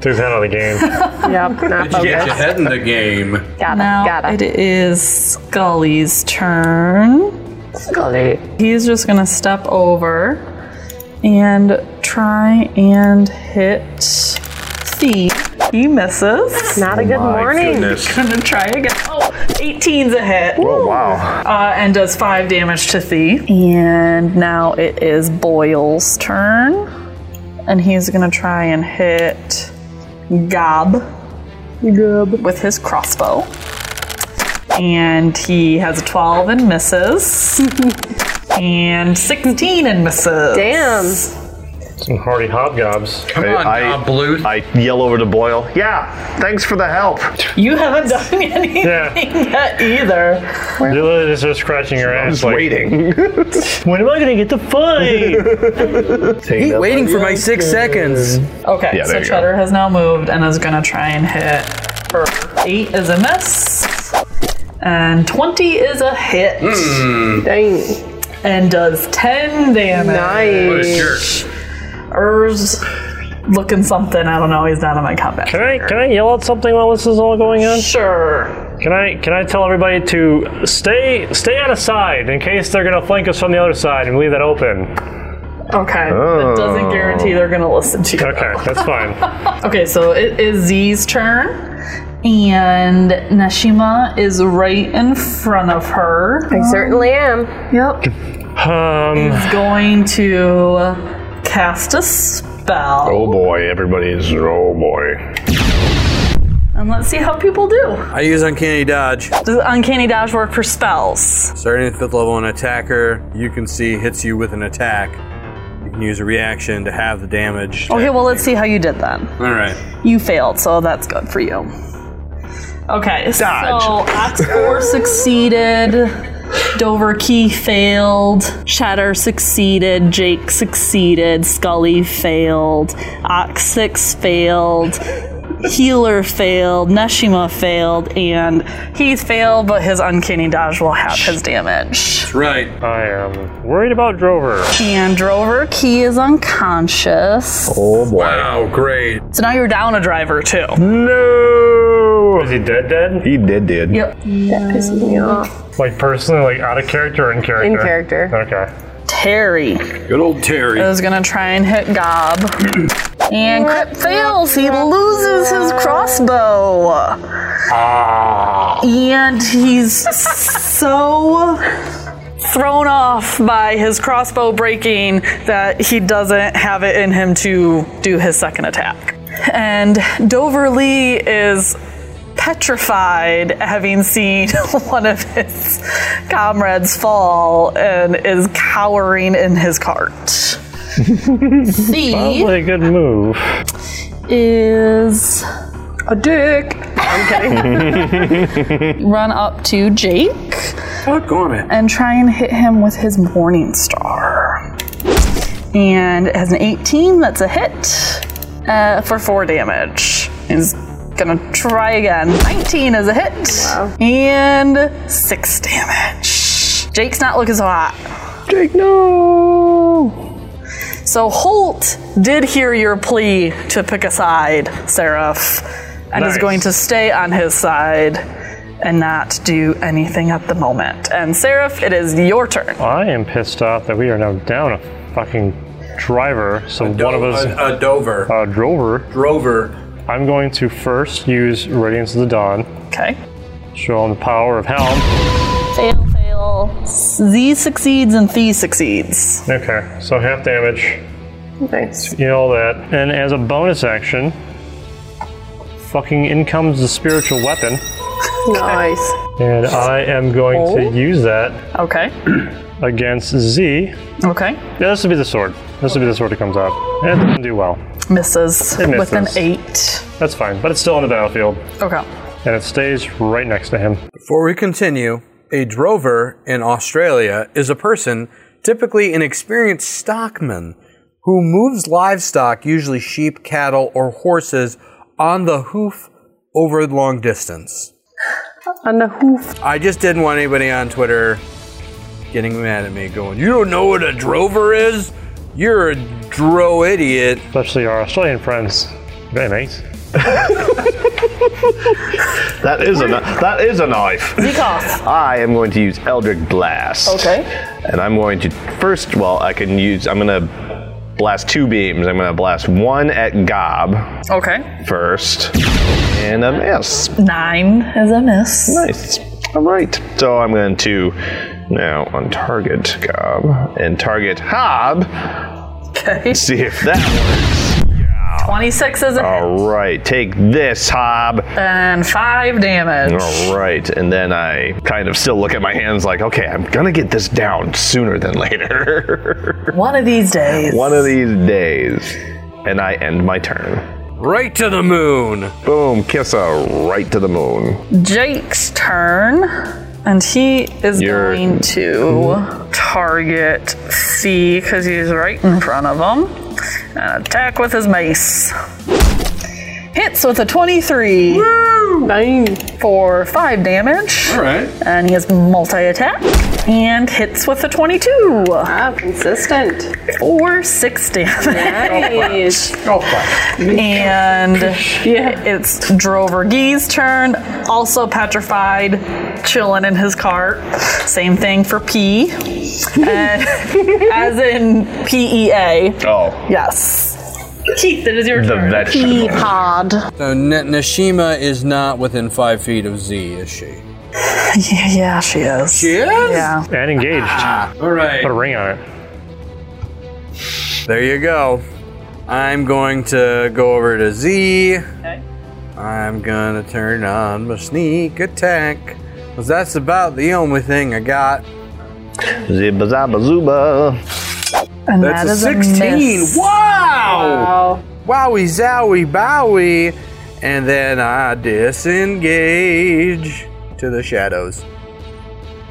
Speaker 2: Took that out of the game.
Speaker 7: Yep, not
Speaker 1: Get
Speaker 7: focused.
Speaker 1: your head in the game.
Speaker 7: Got it,
Speaker 3: Now
Speaker 7: got it.
Speaker 3: it is Scully's turn. He's just gonna step over and try and hit C. He misses.
Speaker 7: Not a good morning.
Speaker 3: Gonna try again. Oh, 18's a hit.
Speaker 5: Oh, wow.
Speaker 3: Uh, and does five damage to Thee. And now it is Boyle's turn. And he's gonna try and hit Gob. Gob. With his crossbow. And he has a 12 and misses. and 16 and misses.
Speaker 7: Damn.
Speaker 2: Some hardy hobgobs.
Speaker 1: Come
Speaker 5: Hey,
Speaker 1: on,
Speaker 5: I-
Speaker 1: now, Blute.
Speaker 5: I yell over to Boyle. Yeah, thanks for the help.
Speaker 3: You haven't done anything
Speaker 2: Yeah.
Speaker 3: yet either.
Speaker 2: You're literally just scratching your
Speaker 5: I
Speaker 2: ass.
Speaker 5: was
Speaker 2: Like,
Speaker 5: waiting.
Speaker 2: when am I gonna get the fine?
Speaker 1: Keep waiting for my six seconds.
Speaker 3: Okay,
Speaker 5: Yeah, there
Speaker 3: so
Speaker 5: you go.
Speaker 3: Cheddar has now moved and is gonna try and hit her. Eight is a miss. And 20 is a hit.
Speaker 5: Hmm.
Speaker 7: Dang.
Speaker 3: and does 10 damage.
Speaker 1: What a
Speaker 7: Nice.
Speaker 1: jerk.
Speaker 3: Erz looking something. I don't know. He's not in my combat.
Speaker 2: can I can I yell out something while this is all going on?
Speaker 3: Sure.
Speaker 2: Can I can I tell everybody to stay stay out of sight in case they're gonna flank us from the other side and leave that open?
Speaker 3: Okay. That doesn't
Speaker 5: Oh.
Speaker 3: guarantee they're going to listen to you.
Speaker 2: Okay, that's fine.
Speaker 3: Okay, so it is Z's turn. And Nashima is right in front of her.
Speaker 7: I certainly am.
Speaker 3: Yep.
Speaker 2: Um,
Speaker 3: He's going to cast a spell.
Speaker 5: Oh boy, everybody's. Oh boy.
Speaker 3: And let's see how people do.
Speaker 1: I use Uncanny Dodge.
Speaker 3: Does uncanny dodge work for spells?
Speaker 1: Starting at fifth level, an attacker you can see hits you with an attack. You can use a reaction to have the damage.
Speaker 3: Okay, well, let's see how you did then.
Speaker 1: All right.
Speaker 3: You failed, so that's good for you. Okay, so Oxcore succeeded, Dover Key failed, Shatter succeeded, Jake succeeded, Scully failed, Ox 6 failed, Healer failed, Neshima failed, and Heath failed, but his uncanny dodge will have his damage.
Speaker 1: Right.
Speaker 2: I am worried about Drover.
Speaker 3: And Drover Key is unconscious.
Speaker 5: Oh boy.
Speaker 1: Wow, great.
Speaker 3: So now you're down a driver, too.
Speaker 2: No. Is he dead? Dead?
Speaker 5: He did, did.
Speaker 7: Yep. That pisses me off.
Speaker 2: Like personally, like out of character or in character?
Speaker 7: In character.
Speaker 2: Okay.
Speaker 3: Terry
Speaker 1: Good old Terry.
Speaker 3: is gonna try and hit Gob. And crit fails. He loses his crossbow. And he's so thrown off by his crossbow breaking that he doesn't have it in him to do his second attack. And Dover Lee is petrified having seen one of his comrades fall and is cowering in his cart.
Speaker 7: C
Speaker 2: Probably a good move.
Speaker 3: Is a dick. I'm kidding. Run up to Jake
Speaker 1: Fuck on it.
Speaker 3: and try and hit him with his morning star. And it has an 18, that's a hit uh, for four damage. He's gonna try again. 19 is a hit. And six damage. Jake's not looking so hot.
Speaker 5: Jake, no!
Speaker 3: So Holt did hear your plea to pick a side, Seraph, and
Speaker 2: Nice.
Speaker 3: is going to stay on his side and not do anything at the moment. And Seraph, it is your turn.
Speaker 2: I am pissed off that we are now down a fucking driver. So one of us,
Speaker 1: A, a Dover.
Speaker 2: uh, drover.
Speaker 1: Drover.
Speaker 2: I'm going to first use Radiance of the Dawn.
Speaker 3: Okay.
Speaker 2: Show him the power of Helm.
Speaker 3: Fail, fail. Z succeeds and Thee succeeds.
Speaker 2: Okay, so half damage.
Speaker 4: Nice.
Speaker 2: You know that. And as a bonus action, fucking in comes the spiritual weapon.
Speaker 4: Nice.
Speaker 2: And I am going to use that
Speaker 3: Okay.
Speaker 2: against Z. Yeah,
Speaker 3: Okay.
Speaker 2: this will be the sword. This will be the sword that comes out. And it doesn't do well.
Speaker 3: Misses,
Speaker 2: It
Speaker 3: with an
Speaker 2: misses.
Speaker 3: eight.
Speaker 2: That's fine, but it's still on the battlefield.
Speaker 3: Okay.
Speaker 2: And it stays right next to him.
Speaker 1: Before we continue, a drover in Australia is a person, typically an experienced stockman, who moves livestock, usually sheep, cattle, or horses, on the hoof over long distance.
Speaker 4: On the hoof.
Speaker 1: I just didn't want anybody on Twitter getting mad at me going, You don't know what a drover is? You're a dro idiot.
Speaker 2: Especially our Australian friends. Hey, mate.
Speaker 5: That is a kni- that is a knife.
Speaker 3: Zekoff.
Speaker 5: I am going to use Eldritch Blast.
Speaker 3: Okay.
Speaker 5: And I'm going to first. Well, I can use. I'm gonna blast two beams. I'm gonna blast one at Gob
Speaker 3: Okay.
Speaker 5: first, and a miss.
Speaker 3: Nine is a miss.
Speaker 5: Nice. All right. So I'm going to now on target Gob and target Hob.
Speaker 3: Okay.
Speaker 5: See if that.
Speaker 3: 26 is a hit.
Speaker 5: All right. Take this, Hob.
Speaker 3: And five damage.
Speaker 5: All right, and then I kind of still look at my hands like, okay, I'm gonna get this down sooner than later.
Speaker 3: One of these days.
Speaker 5: One of these days. And I end my turn.
Speaker 1: Right to the moon.
Speaker 5: Boom, kiss a right to the moon.
Speaker 3: Jake's turn, and he is
Speaker 5: You're-
Speaker 3: going to target C because he's right in front of him. And attack with his mace. Hits with a 23 for 5 damage.
Speaker 1: Alright.
Speaker 3: And he has multi attack. And hits with a 22
Speaker 7: Ah, consistent.
Speaker 3: for 6 damage.
Speaker 7: Nice.
Speaker 3: And it's Drover Gee's turn, also petrified, chilling in his cart. Same thing for P. And- as in P E A.
Speaker 5: Oh,
Speaker 3: Yes. Keith, it is your
Speaker 5: the
Speaker 3: turn.
Speaker 5: vegetable.
Speaker 3: Pod.
Speaker 1: So N- Nashima is not within five feet of Z, is she?
Speaker 3: Yeah, yeah, she is.
Speaker 1: She is?
Speaker 3: yeah.
Speaker 2: And engaged.
Speaker 1: Alright.
Speaker 2: Put a ring on it.
Speaker 1: There you go. I'm going to go over to Z. am gonna turn on my sneak attack. Cause that's about the only thing I got.
Speaker 5: Zibba zabba zuba.
Speaker 3: And
Speaker 1: That's
Speaker 3: that
Speaker 1: a
Speaker 3: is
Speaker 1: 16.
Speaker 3: miss.
Speaker 1: wow! Wowie zowie bowie. And then I disengage to the shadows.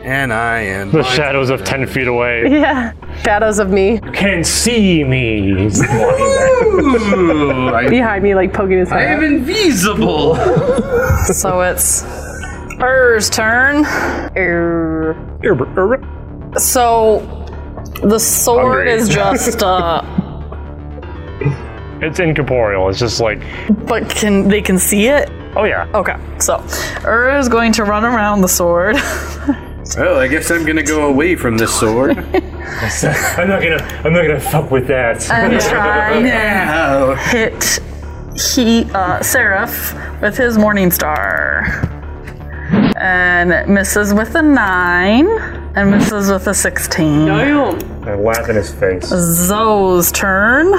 Speaker 1: And I am
Speaker 2: The shadows of 10 feet away.
Speaker 7: Yeah. Shadows of me
Speaker 2: You can't see me.
Speaker 7: behind me, like poking his head.
Speaker 1: am invisible!
Speaker 3: So it's Er's turn. So the sword
Speaker 5: Hungry.
Speaker 3: is just uh
Speaker 2: It's incorporeal. It's just like,
Speaker 3: but can they can see it?
Speaker 2: Oh yeah.
Speaker 3: Okay, so Ura is going to run around the sword.
Speaker 1: Well, I guess I'm gonna go away from this sword.
Speaker 2: I'm not gonna. I'm not gonna fuck with that.
Speaker 3: and try
Speaker 1: Ow.
Speaker 3: hit he uh, Seraph with his Morning Star, and misses with a nine, and misses with a sixteen.
Speaker 2: I laugh in his face.
Speaker 3: Zoe's turn.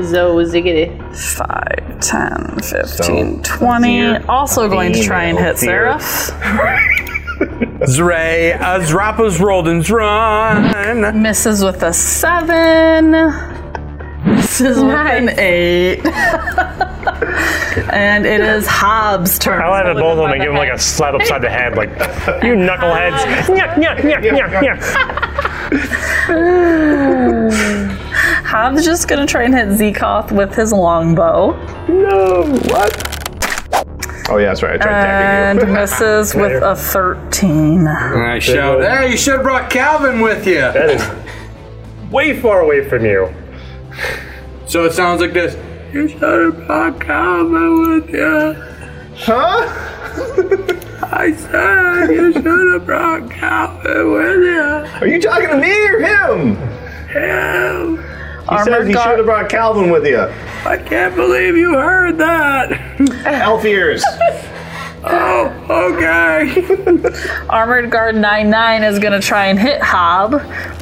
Speaker 7: Zo ziggity.
Speaker 3: 5, 10, 15, 20. also going to try and hit
Speaker 5: female
Speaker 3: Seraph.
Speaker 1: Zray, Azrapa's rolled and run.
Speaker 3: Misses with a 7. Misses with an 8. and it is Hobbs' turn.
Speaker 2: I laugh at both of them and give him like a slap upside the head, like you knuckleheads. Nyah, nyah, nyah, nyah, nyah.
Speaker 3: Hobbs just going to try and hit Zekoth with his longbow.
Speaker 5: No, what? Oh, yeah, that's right. I tried
Speaker 3: And
Speaker 5: attacking you.
Speaker 3: misses with a 13.
Speaker 1: I shout, hey, you should have brought Calvin with you.
Speaker 2: That is way far away from you.
Speaker 1: So it sounds like this. You should have brought Calvin with you.
Speaker 5: huh?
Speaker 1: I said you should have brought Calvin with you.
Speaker 5: Are you talking to me or him?
Speaker 1: Him.
Speaker 5: He says he should have brought Calvin with you.
Speaker 1: I can't believe you heard that.
Speaker 5: Elf ears.
Speaker 1: Oh, okay.
Speaker 3: Armored Guard 99 is going to try and hit Hob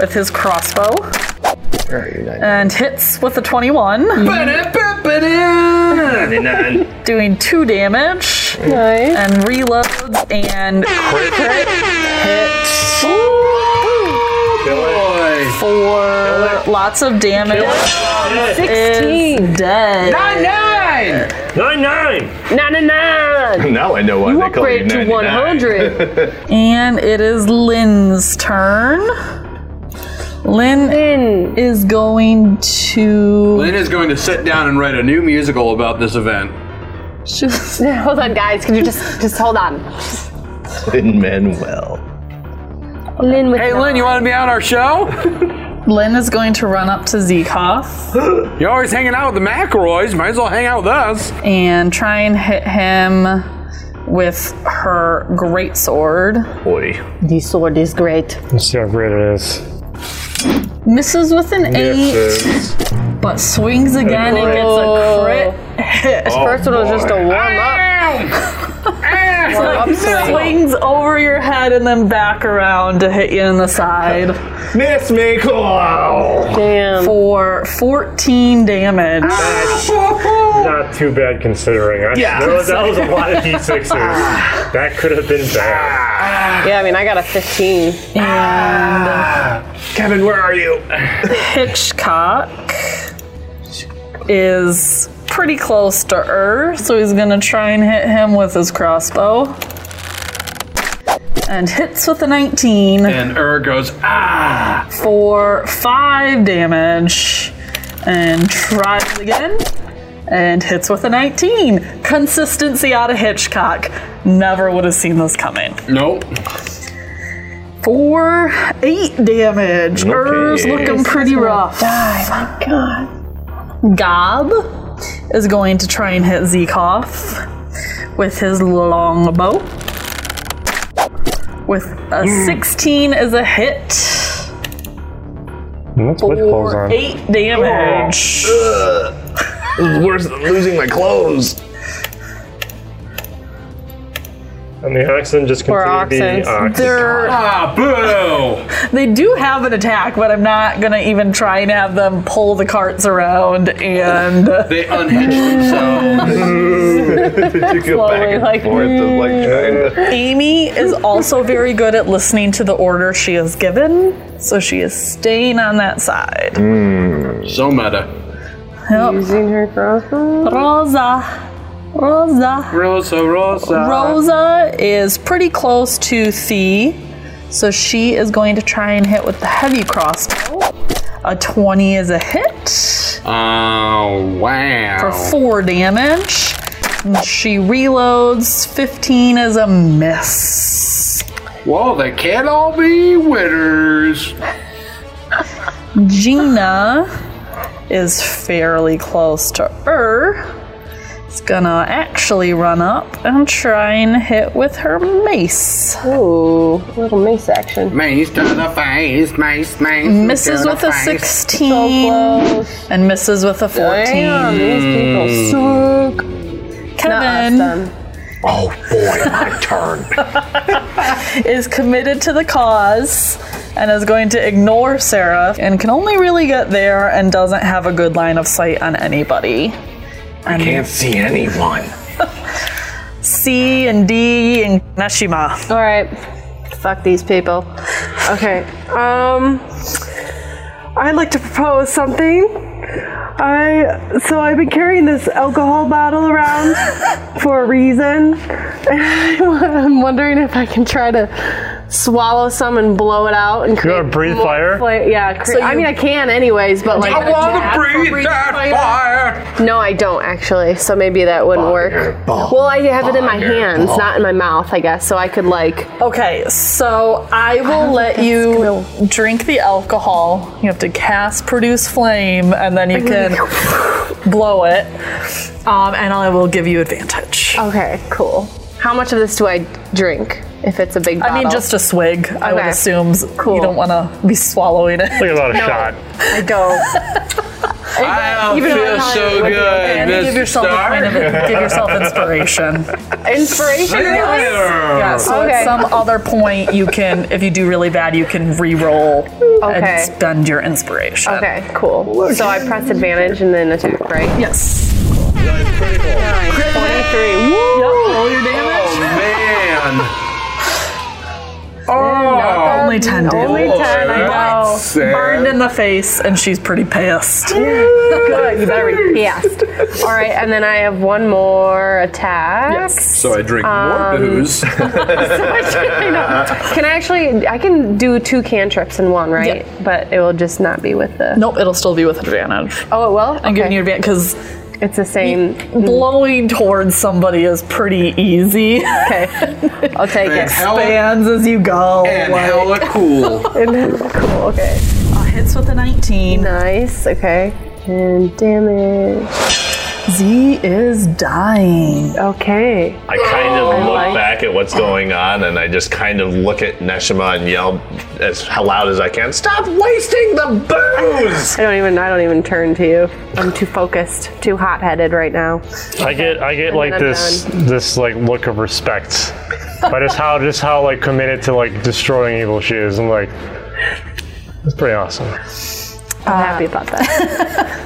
Speaker 3: with his crossbow and hits with a 21, doing 2 damage
Speaker 7: Nice.
Speaker 3: and reloads and crit hit
Speaker 1: Boy.
Speaker 3: for lots of damage. Is
Speaker 7: 16.
Speaker 3: dead.
Speaker 2: Nine nine.
Speaker 7: Nine and nine.
Speaker 5: Now I know why they call you
Speaker 7: Upgrade to
Speaker 5: 99.
Speaker 7: 100.
Speaker 3: And it is Lynn's turn. Lynn
Speaker 7: Lynn.
Speaker 3: is going to.
Speaker 1: Lynn is going to sit down and write a new musical about this event.
Speaker 7: Hold on, guys. Can you just just hold on?
Speaker 5: Lin Manuel.
Speaker 7: Lynn with
Speaker 1: Hey,
Speaker 7: the-
Speaker 1: Lynn, you want to be on our show?
Speaker 3: Lynn is going to run up to Zekoth
Speaker 1: You're always hanging out with the McElroys. Might as well hang out with us.
Speaker 3: and try and hit him with her great sword.
Speaker 5: Boy.
Speaker 7: This sword is great.
Speaker 2: Let's see how great it is.
Speaker 3: Misses with an eight, but swings again and gets
Speaker 7: Oh.
Speaker 3: a crit.
Speaker 7: First one was just a warm up.
Speaker 3: Swings over your head and then back around to hit you in the side
Speaker 5: Miss me, Cole.
Speaker 7: Damn.
Speaker 3: for 14 damage.
Speaker 2: Not too bad considering. I, yeah. That was, that was a lot of d6s. that could have been bad.
Speaker 7: Yeah, I mean, I got a 15.
Speaker 5: Kevin, where are you?
Speaker 3: Hitchcock is pretty close to Ur, so he's gonna try and hit him with his crossbow. And hits with a 19
Speaker 1: And Ur goes, ah.
Speaker 3: for 5 damage. And tries again. And hits with a 19. Consistency out of Hitchcock. Never would have seen this coming.
Speaker 1: Nope.
Speaker 3: For 8 damage. Ur's
Speaker 5: Okay.
Speaker 3: looking pretty rough. Gob is going to try and hit Zekoff with his longbow. With a 16 is a hit
Speaker 2: That's with clothes
Speaker 3: for
Speaker 2: on.
Speaker 3: 8 damage.
Speaker 5: This is worse than losing my clothes.
Speaker 2: And the oxen just continue to be uh,
Speaker 7: oxens.
Speaker 2: ox.
Speaker 3: They're,
Speaker 1: Ah, boo.
Speaker 3: they do have an attack, but I'm not going to even try and have them pull the carts around and
Speaker 1: They unhinged themselves.
Speaker 5: Did you go back and
Speaker 7: like, mm.
Speaker 5: forth of like trying to-
Speaker 3: Amy is also very good at listening to the order she is given, so she is staying on that side.
Speaker 1: so meta.
Speaker 7: Using her crossbow?
Speaker 3: Rosa. Rosa.
Speaker 1: Rosa, Rosa.
Speaker 3: Rosa is pretty close to Thee, so she is going to try and hit with the heavy crossbow. A 20 is a hit
Speaker 1: Oh, wow.
Speaker 3: for 4 damage. And She reloads. 15 is a miss.
Speaker 1: Well, they can't all be winners.
Speaker 3: Gina is fairly close to her. It's gonna actually run up and try and hit with her mace.
Speaker 9: Ooh, little mace action.
Speaker 8: Mace to the face, mace, mace.
Speaker 3: Misses
Speaker 8: to
Speaker 3: with
Speaker 8: the
Speaker 3: a
Speaker 8: face.
Speaker 3: 16
Speaker 9: Close.
Speaker 3: and misses with a 14.
Speaker 9: Damn, these people suck. Not us,
Speaker 3: Kevin
Speaker 9: them.
Speaker 5: Oh boy, my turn.
Speaker 3: is committed to the cause and is going to ignore Sarah and can only really get there and doesn't have a good line of sight on anybody.
Speaker 5: I can't see anyone.
Speaker 3: C and D and Neshima.
Speaker 9: All right. Fuck these people.
Speaker 7: Okay. Um, I'd like to propose something. I so I've been carrying this alcohol bottle around for a reason. I'm wondering if I can try to swallow some and blow it out and create
Speaker 2: gonna breathe
Speaker 7: more
Speaker 2: fire?
Speaker 7: fla- yeah, cre- I mean I can anyways, but like
Speaker 8: I want to breathe that fire.
Speaker 7: no, I don't actually. So maybe that wouldn't work. Well, I have it in my hands, not in my mouth, I guess. So I could like
Speaker 3: Okay, so I will let you drink the alcohol. You have to cast produce flame and then you can blow it. Um, and I will give you advantage.
Speaker 7: Okay, cool. How much of this do I drink if it's a big bottle?
Speaker 3: I mean, just a swig, I would
Speaker 7: Okay.
Speaker 3: assume. You don't want to be swallowing it.
Speaker 2: Think about a shot.
Speaker 7: I don't.
Speaker 1: I
Speaker 7: Even though
Speaker 1: feel
Speaker 7: I'm not
Speaker 1: so
Speaker 7: looking
Speaker 1: good,
Speaker 3: And give
Speaker 1: Miss
Speaker 3: yourself a
Speaker 1: Star.
Speaker 3: kind of give yourself inspiration.
Speaker 7: Inspiration. really?
Speaker 3: Yeah, so
Speaker 7: Okay.
Speaker 3: at some other point you can, if you do really bad, you can re-roll
Speaker 7: Okay.
Speaker 3: and spend your inspiration.
Speaker 7: Okay, cool. So I press advantage and then attack, right?
Speaker 3: Yes.
Speaker 7: Twenty-three. Woo!
Speaker 3: Roll your damage.
Speaker 1: Oh man. Oh,
Speaker 3: Only ten
Speaker 7: Only
Speaker 3: damage.
Speaker 7: ten. I know.
Speaker 3: Burned in the face, and she's pretty pissed.
Speaker 7: Good. You better be pissed. All right, and then I have one more attack.
Speaker 1: So I drink more booze.
Speaker 7: I know. Can I actually? I can do two cantrips in one, right?
Speaker 3: Yeah.
Speaker 7: But it will just not be with the.
Speaker 3: Nope, it'll still be with advantage.
Speaker 7: Oh, it will.
Speaker 3: I'm giving
Speaker 7: Okay.
Speaker 3: you advantage because
Speaker 7: It's the same.
Speaker 3: blowing towards somebody is pretty easy.
Speaker 7: Okay, I'll take it.
Speaker 3: Expands as you go.
Speaker 1: and
Speaker 3: like-
Speaker 1: hella cool.
Speaker 7: cool. Okay.
Speaker 3: Uh, hits with a 19.
Speaker 7: Nice. Okay. And damage.
Speaker 3: Z is dying.
Speaker 7: Okay.
Speaker 5: I kind
Speaker 7: Oh
Speaker 5: of look
Speaker 7: like-
Speaker 5: back at what's going on and I just kind of look at Neshima and yell as loud as I can, Stop wasting the booze!
Speaker 7: I don't even. I don't even turn to you. I'm too focused. Too hot-headed right now.
Speaker 2: I get I get like
Speaker 7: I'm
Speaker 2: this this like look of respect. But just how just how like committed to like destroying evil she is. I'm like that's pretty awesome.
Speaker 7: I'm happy about that.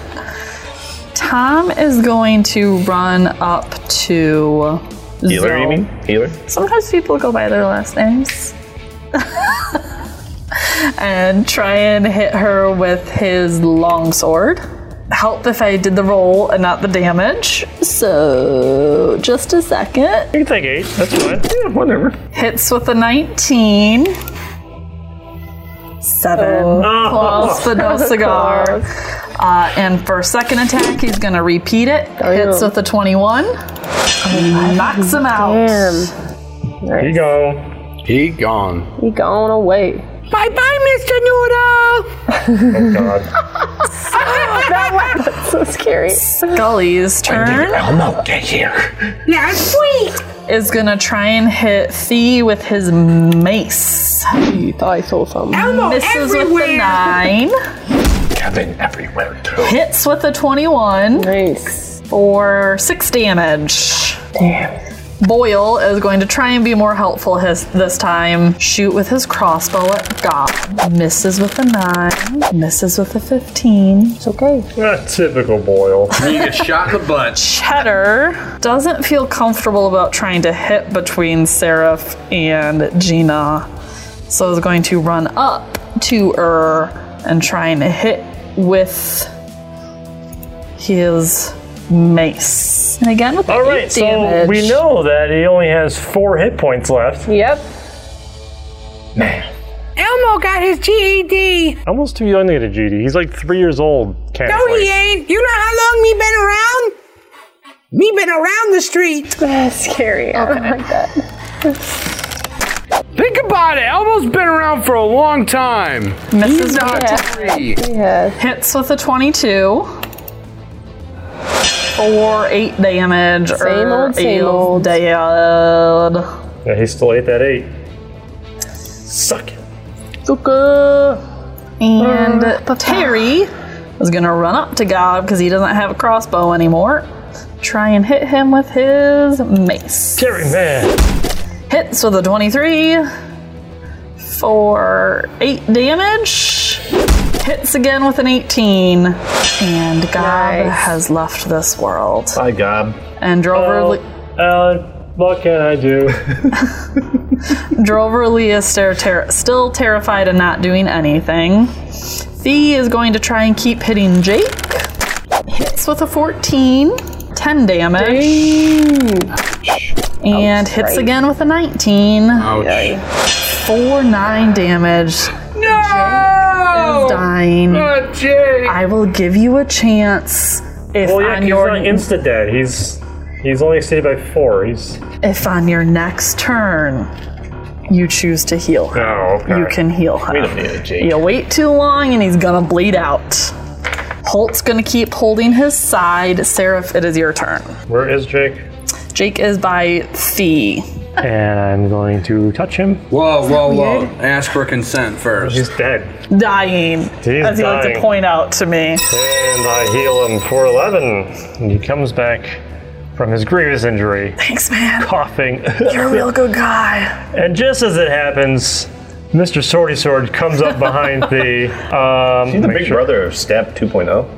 Speaker 3: Tom is going to run up to.
Speaker 5: Healer, you mean? Healer?
Speaker 3: Sometimes people go by their last names. and try and hit her with his longsword. Help if I did the roll and not the damage. So, just a second.
Speaker 2: You can take eight, that's fine.
Speaker 5: Yeah, whatever.
Speaker 3: Hits with a 19. Seven. Close, but no cigar. Uh, and for second attack, he's going to repeat it. Hits with a 21. And knocks him out.
Speaker 2: Here you go.
Speaker 1: He gone.
Speaker 7: You going away?
Speaker 2: God.
Speaker 7: So scary.
Speaker 3: Gully's turn
Speaker 5: Elmo, get here.
Speaker 3: is gonna try and hit Thee with his mace. You thought I saw something. Misses with the nine,
Speaker 5: Kevin everywhere too.
Speaker 3: hits with a 21
Speaker 7: Nice.
Speaker 3: for six damage. Damn. Boyle is going to try and be more helpful his, this time. Shoot with his crossbow at Goth. Misses with a nine, misses with a 15. It's okay.
Speaker 2: Ah, typical boil.
Speaker 1: You get shot in the butt.
Speaker 3: Cheddar doesn't feel comfortable about trying to hit between Seraph and Gina, so is going to run up to her and trying to hit with his mace. And again with the
Speaker 2: All right,
Speaker 3: eight
Speaker 2: so
Speaker 3: damage.
Speaker 2: we know that he only has four hit points left.
Speaker 7: Yep.
Speaker 5: Man.
Speaker 8: Elmo got his GED.
Speaker 2: Almost too young to get a GD. He's like three years old. Can't
Speaker 8: No, he ain't. You know how long me been around? Me been around the street.
Speaker 7: Scary.
Speaker 3: Oh
Speaker 1: Think about it. Elmo's been around for a long time.
Speaker 3: misses with a
Speaker 1: Three.
Speaker 3: hits with a 22 or eight damage.
Speaker 7: Same
Speaker 3: or
Speaker 7: old, same
Speaker 3: eight
Speaker 7: old.
Speaker 3: Dead.
Speaker 2: Yeah, he still ate that eight. Suck it.
Speaker 3: And Terry is gonna run up to Gob because he doesn't have a crossbow anymore. Try and hit him with his mace.
Speaker 2: Terry, man.
Speaker 3: Hits with a 23 for 8 damage. Hits again with an 18. And Gob has left this world.
Speaker 5: Hi, Gob.
Speaker 3: And Drover,
Speaker 2: Oh.
Speaker 3: Le-
Speaker 2: Alan, what can I do?
Speaker 3: Drover Lee is stare- ter- still terrified and not doing anything. Thee is going to try and keep hitting Jake. Hits with a 14, 10 damage. And hits again with a 19
Speaker 1: Ouch.
Speaker 3: for 9 damage. No! Is dying. I will give you a chance if
Speaker 2: well, Oh, yeah, 'cause
Speaker 3: on
Speaker 2: he's
Speaker 3: your
Speaker 2: not instant dead. He's he's only exceeded by four. He's
Speaker 3: if on your next turn you choose to heal her.
Speaker 2: oh, okay.
Speaker 3: You can heal her.
Speaker 5: Yeah, Jake.
Speaker 3: You wait too long and he's gonna bleed out. Holt's gonna keep holding his side. Seraph, it is your turn.
Speaker 2: Where is Jake?
Speaker 3: Jake is by Fee.
Speaker 2: And I'm going to touch him.
Speaker 1: Whoa, whoa, whoa. Ask for consent first.
Speaker 2: He's dead.
Speaker 3: Dying.
Speaker 2: He's
Speaker 3: as he likes to
Speaker 2: dying.
Speaker 3: point out to me.
Speaker 2: And I heal him for 11. And he comes back from his grievous injury,
Speaker 3: Thanks, man.
Speaker 2: coughing.
Speaker 3: You're a real good guy.
Speaker 2: and just as it happens, Mr. Sorty Sword comes up behind the. Um,
Speaker 5: He's the
Speaker 2: make
Speaker 5: big
Speaker 2: sure-
Speaker 5: brother of Step 2.0.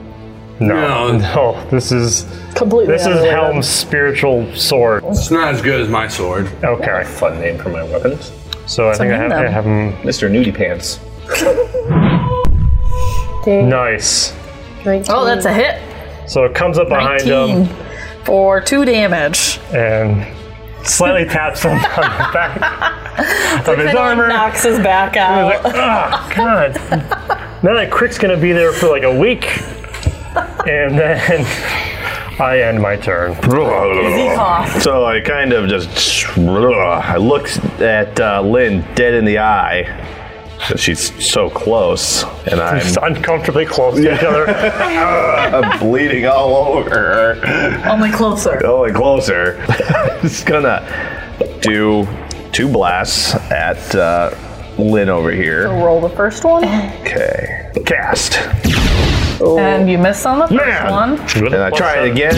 Speaker 2: No, no, this is
Speaker 3: Completely.
Speaker 2: this is Helm's spiritual sword.
Speaker 1: It's not as good as my sword.
Speaker 2: Okay,
Speaker 5: Fun name for my weapons.
Speaker 2: so I think I have to
Speaker 3: random.
Speaker 2: have him.
Speaker 5: Mr. Nudie Pants.
Speaker 2: Nice.
Speaker 3: Oh, that's a hit.
Speaker 2: So it comes up behind
Speaker 3: 19
Speaker 2: him
Speaker 3: for two damage.
Speaker 2: and slightly taps him on the back of his armor.
Speaker 3: Knocks his back out.
Speaker 2: Like, ah, God. Now that Crick's gonna be there for like a week, and then I end my turn.
Speaker 3: cough.
Speaker 5: So I kind of just I look at uh, Lynn dead in the eye. 'cause She's so close, and I'm
Speaker 2: Just uncomfortably close to each other.
Speaker 5: I'm bleeding all over her.
Speaker 3: Only closer.
Speaker 5: Going closer. Just gonna do two blasts at uh, Lynn over here.
Speaker 3: Roll the first one.
Speaker 5: Okay. Cast.
Speaker 3: And you miss on the first
Speaker 5: Man.
Speaker 3: one.
Speaker 5: And I try it again.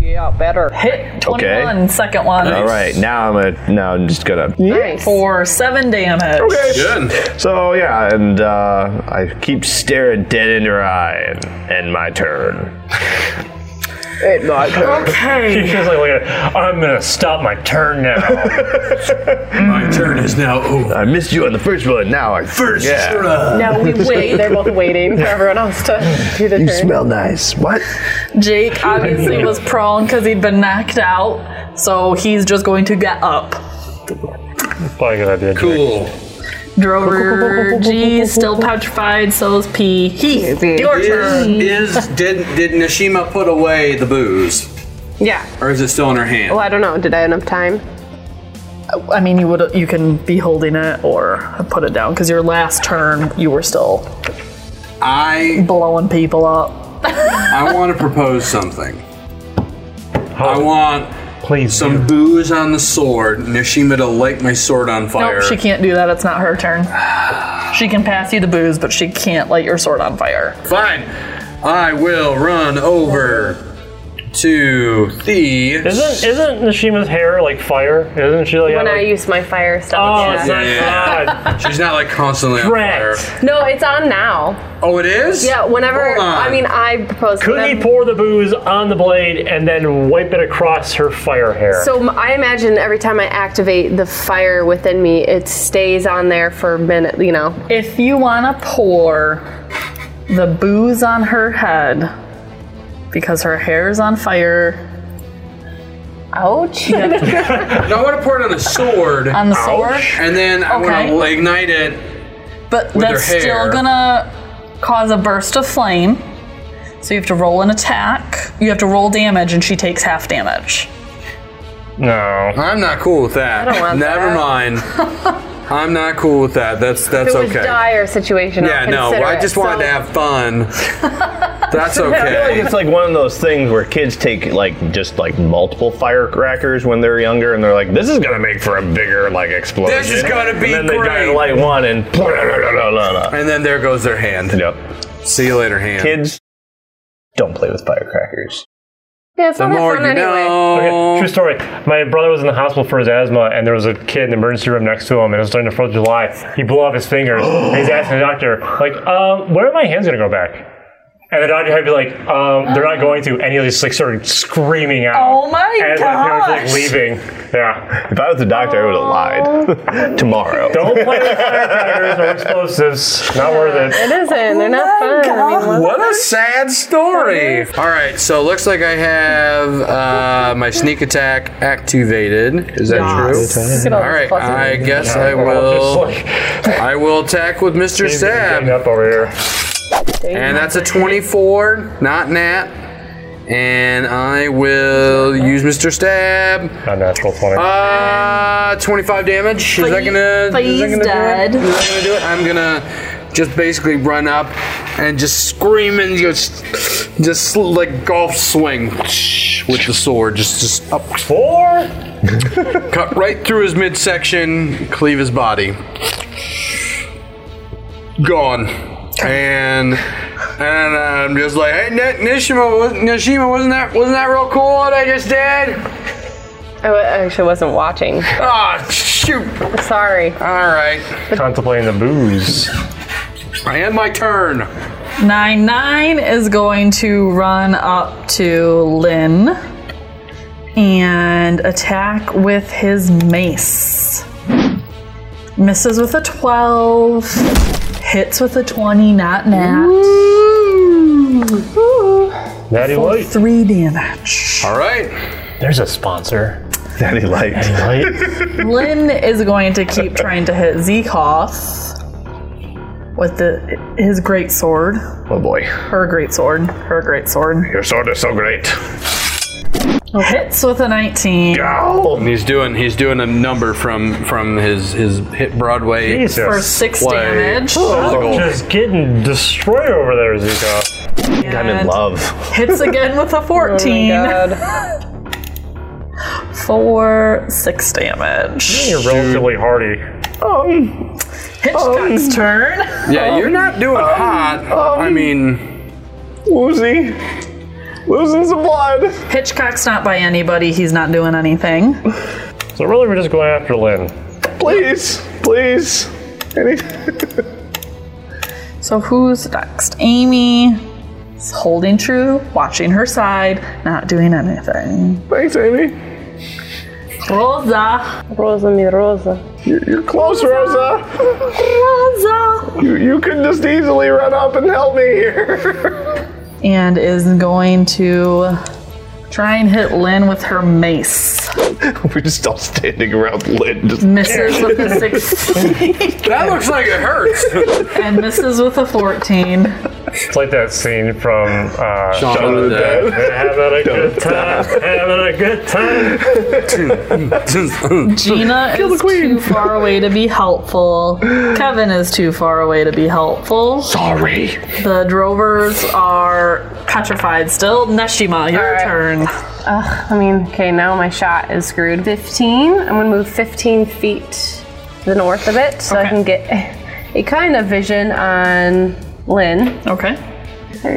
Speaker 3: Yeah, better. Hit 21, second one.
Speaker 5: All right. Now I'm gonna. Now I'm just gonna.
Speaker 3: For seven damage.
Speaker 1: Good.
Speaker 5: So yeah, and uh, I keep staring dead into her eye, and end my turn. End my turn.
Speaker 2: She's just like, looking at- I'm gonna stop my turn now.
Speaker 1: My turn is now over.
Speaker 5: I missed you on the first one. Now I first. Yeah.
Speaker 4: Now we wait. They're both waiting for everyone else to do the
Speaker 5: You
Speaker 4: turn.
Speaker 5: smell nice. What?
Speaker 3: Jake obviously was prone because he'd been knocked out, so he's just going to get up.
Speaker 2: Probably a good idea.
Speaker 1: Cool.
Speaker 3: Drover G still petrified, so is P. Heath, your
Speaker 1: Is,
Speaker 3: turn.
Speaker 1: is did did Nishima put away the booze,
Speaker 4: Yeah.
Speaker 1: or is it still in her hand?
Speaker 4: Well, I don't know. Did I have enough time?
Speaker 3: I mean, you would you can be holding it or put it down because your last turn you were still
Speaker 1: I
Speaker 3: blowing people up.
Speaker 1: I want to propose something. I want
Speaker 2: Please.
Speaker 1: some booze on the sword. Nishima to light my sword on fire.
Speaker 3: Nope, she can't do that. It's not her turn. She can pass you the booze, but she can't light your sword on fire.
Speaker 1: Fine. I will run over to the.
Speaker 2: Isn't isn't Nishima's hair like fire? Isn't she like?
Speaker 4: When
Speaker 2: like
Speaker 4: I use my fire stuff.
Speaker 2: oh,
Speaker 4: yeah.
Speaker 2: it's not
Speaker 1: Yeah.
Speaker 2: God.
Speaker 1: She's not like constantly on fire.
Speaker 2: Brett,
Speaker 4: No, it's on now.
Speaker 1: Oh, it is.
Speaker 4: Yeah, whenever.
Speaker 1: Hold on.
Speaker 4: I mean, I proposed to
Speaker 2: Could he
Speaker 4: them.
Speaker 2: pour the booze on the blade and then wipe it across her fire hair?
Speaker 4: So m- I imagine every time I activate the fire within me, it stays on there for a minute. You know,
Speaker 3: If you want to pour the booze on her head because her hair is on fire
Speaker 7: Ouch.
Speaker 1: No, I want to pour it on the sword,
Speaker 3: on the sword,
Speaker 1: and then I
Speaker 3: Okay.
Speaker 1: want to ignite it.
Speaker 3: but
Speaker 1: With her
Speaker 3: that's
Speaker 1: hair.
Speaker 3: still gonna cause a burst of flame. So you have to roll an attack. You have to roll damage, and she takes half damage.
Speaker 2: no.
Speaker 1: I'm not cool with that.
Speaker 4: want
Speaker 1: Never
Speaker 4: that.
Speaker 1: mind. I'm not cool with that. that. That's that's
Speaker 4: it was
Speaker 1: okay.
Speaker 4: dire situation. I'll
Speaker 1: Yeah, no.
Speaker 4: consider
Speaker 1: I
Speaker 4: it.
Speaker 1: just wanted
Speaker 4: So
Speaker 1: to have fun. That's
Speaker 5: I feel like
Speaker 1: okay.
Speaker 5: it's like one of those things where kids take like just like multiple firecrackers when they're younger, and they're like, "This is gonna make for a bigger like explosion."
Speaker 1: This is gonna be
Speaker 5: and then they try to
Speaker 1: great.
Speaker 5: light one, and blah, blah, blah, blah, blah, blah.
Speaker 1: and then there goes their hand.
Speaker 5: yep.
Speaker 1: See you later, hand.
Speaker 5: Kids, don't play with firecrackers.
Speaker 7: Yeah, it's
Speaker 1: the
Speaker 7: not that
Speaker 1: more
Speaker 7: fun
Speaker 1: you
Speaker 7: anyway.
Speaker 1: know.
Speaker 2: Okay, true story. My brother was in the hospital for his asthma, and there was a kid in the emergency room next to him, and it was during the 4th of July. He blew off his fingers, and he's asking the doctor, like, um, where are my hands going to go back? And the doctor had to be like, um, they're not going to. And he was like, sort of screaming out.
Speaker 3: Oh my
Speaker 2: And my parents
Speaker 3: gosh.
Speaker 2: like leaving. Yeah.
Speaker 5: If I was the doctor, I would have lied. Tomorrow.
Speaker 2: Don't play with firecrackers or explosives. Not worth it.
Speaker 7: It isn't. They're not
Speaker 3: my
Speaker 7: fun. I mean,
Speaker 1: What a sad story. All right, so looks like I have uh, my sneak attack activated. Is that
Speaker 3: Yes.
Speaker 1: true? All right, I guess I will.
Speaker 2: Just
Speaker 1: I will attack with Mr.
Speaker 2: like, getting
Speaker 1: Stab,
Speaker 2: up over here.
Speaker 1: and that's a 24, not nat. And I will use Mr. Stab.
Speaker 2: Not natural 20.
Speaker 1: Uh, 25 damage. Is that gonna? is that
Speaker 3: please,
Speaker 1: gonna do it?
Speaker 3: Dad.
Speaker 1: Is that gonna do it? I'm gonna just basically run up and just scream and just, just like golf swing with the sword. Just, just up,
Speaker 2: Four?
Speaker 1: cut right through his midsection, cleave his body. Gone. And and I'm just like, hey, N- Nishima, wa- Nishima, wasn't that wasn't that real cool what I just did?
Speaker 7: I wa- I actually wasn't watching.
Speaker 1: Ah, shoot.
Speaker 7: Sorry.
Speaker 1: All right,
Speaker 2: Contemplating the booze.
Speaker 1: I end my turn.
Speaker 3: Nine nine is going to run up to Lynn and attack with his mace. Misses with a twelve, hits with a twenty, not nat.
Speaker 2: Natty Light.
Speaker 3: Three damage.
Speaker 1: All right.
Speaker 2: There's a sponsor.
Speaker 5: Daddy light.
Speaker 2: Light.
Speaker 3: Lynn is going to keep trying to hit Zekoth with the his great sword.
Speaker 5: Oh boy.
Speaker 3: Her great sword. Her great sword.
Speaker 5: Your sword is so great.
Speaker 3: Hits with a 19.
Speaker 7: Oh,
Speaker 5: Ow!
Speaker 1: He's doing he's doing a number from from his his hit Broadway.
Speaker 2: Jesus.
Speaker 3: For six
Speaker 1: Play.
Speaker 3: damage.
Speaker 2: Just getting destroyed over there, Zika.
Speaker 5: I'm in
Speaker 3: And
Speaker 5: love.
Speaker 3: Hits again with a 14. For six damage.
Speaker 2: You're relatively hardy.
Speaker 3: Hitchcock's turn.
Speaker 1: Yeah, um, you're not doing hot. I mean,
Speaker 5: Woozy. Losing some blood.
Speaker 3: Hitchcock's not by anybody. He's not doing anything.
Speaker 2: So really, we're just going after Lynn.
Speaker 5: Please. Please. Any-
Speaker 3: So who's next? Amy is holding true, watching her side, not doing anything.
Speaker 5: Thanks, Amy.
Speaker 3: Rosa.
Speaker 7: Rosa mi Rosa.
Speaker 5: You're, you're close, Rosa.
Speaker 3: Rosa.
Speaker 5: You, you could just easily run up and help me here.
Speaker 3: And is going to try and hit Lynn with her mace.
Speaker 5: We're just all standing around Lynn. Just,
Speaker 3: Misses with a 16
Speaker 1: that looks like it hurts.
Speaker 3: and misses with a 14.
Speaker 2: It's like that scene from uh, Shaun
Speaker 1: Shaun of the Dead.
Speaker 2: of the Dead. Having a good time. Having a good time.
Speaker 3: Gina is too far away to be helpful. Kevin is too far away to be helpful.
Speaker 5: Sorry.
Speaker 3: The drovers are petrified still. Neshima, your
Speaker 7: right.
Speaker 3: turn.
Speaker 7: I mean, okay, now my shot is screwed. 15. I'm gonna move 15 feet to the north of it so I can get a kind of vision on Lynn.
Speaker 3: Okay.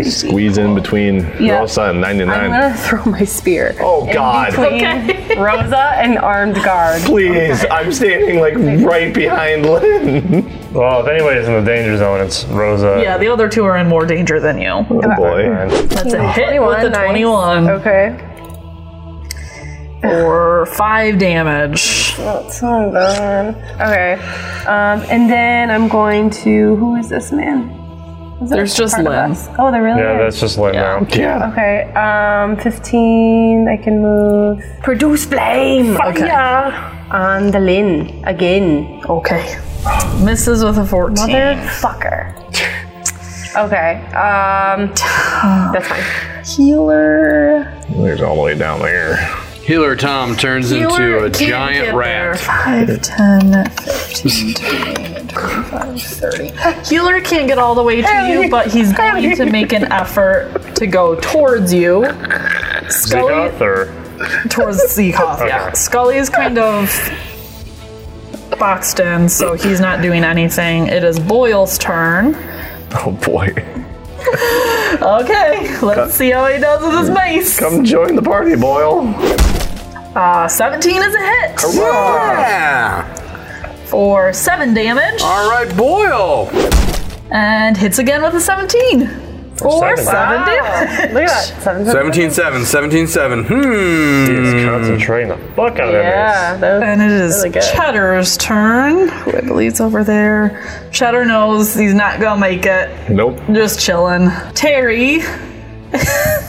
Speaker 5: Squeeze in between
Speaker 7: Yeah.
Speaker 5: Rosa and 99.
Speaker 7: I'm gonna throw my spear.
Speaker 5: oh, God.
Speaker 7: Between Rosa and armed guard.
Speaker 5: Please. I'm standing like right behind Lynn.
Speaker 2: Well, if anybody's in the danger zone, it's Rosa.
Speaker 3: Yeah, the other two are in more danger than you.
Speaker 5: Oh, boy.
Speaker 2: And
Speaker 3: That's a hit with a
Speaker 7: nice.
Speaker 3: 21
Speaker 7: Okay.
Speaker 3: or 5 damage.
Speaker 7: That's not bad. Okay. Um, and then I'm going to. Who is this man? Is
Speaker 3: There's
Speaker 7: there
Speaker 3: just
Speaker 7: part of
Speaker 3: Lynn.
Speaker 7: us? Oh, there really
Speaker 2: Yeah,
Speaker 7: is.
Speaker 2: that's just Lynn
Speaker 3: Yeah.
Speaker 2: now.
Speaker 5: Yeah.
Speaker 7: Okay, um, 15, I can move. Produce flame!
Speaker 3: Okay.
Speaker 7: Fire! On the Lin, again. Oh,
Speaker 3: Okay. Misses with a 14.
Speaker 7: Motherfucker. Okay, um, that's fine.
Speaker 3: Healer.
Speaker 5: There's all the way down there.
Speaker 1: Healer Tom turns into a giant rat.
Speaker 3: 5, 10, 15, 20, 25, Healer can't get all the way to you, but he's going to make an effort to go towards you. Scully
Speaker 2: Zegoth or
Speaker 3: towards Seacough, yeah.
Speaker 2: Okay.
Speaker 3: Scully is kind of boxed in, so he's not doing anything. It is Boyle's turn.
Speaker 5: Oh boy.
Speaker 3: Okay, let's see how he does with his mace.
Speaker 5: Come join the party, Boyle.
Speaker 3: Uh, 17 is a hit
Speaker 1: Ah.
Speaker 8: Yeah.
Speaker 3: for 7 damage,
Speaker 8: All right, Boyle.
Speaker 3: and hits again with a 17 for 7
Speaker 2: seven.
Speaker 3: damage.
Speaker 7: Look at that. Seven,
Speaker 8: 17-7, 17-7. Hmm.
Speaker 2: is concentrating the fuck out of
Speaker 7: Yeah,
Speaker 2: this.
Speaker 7: that was
Speaker 3: And it is
Speaker 7: Really good.
Speaker 3: Cheddar's turn, who I believe's over there. Cheddar knows he's not gonna make it,
Speaker 5: Nope.
Speaker 3: just chilling. Terry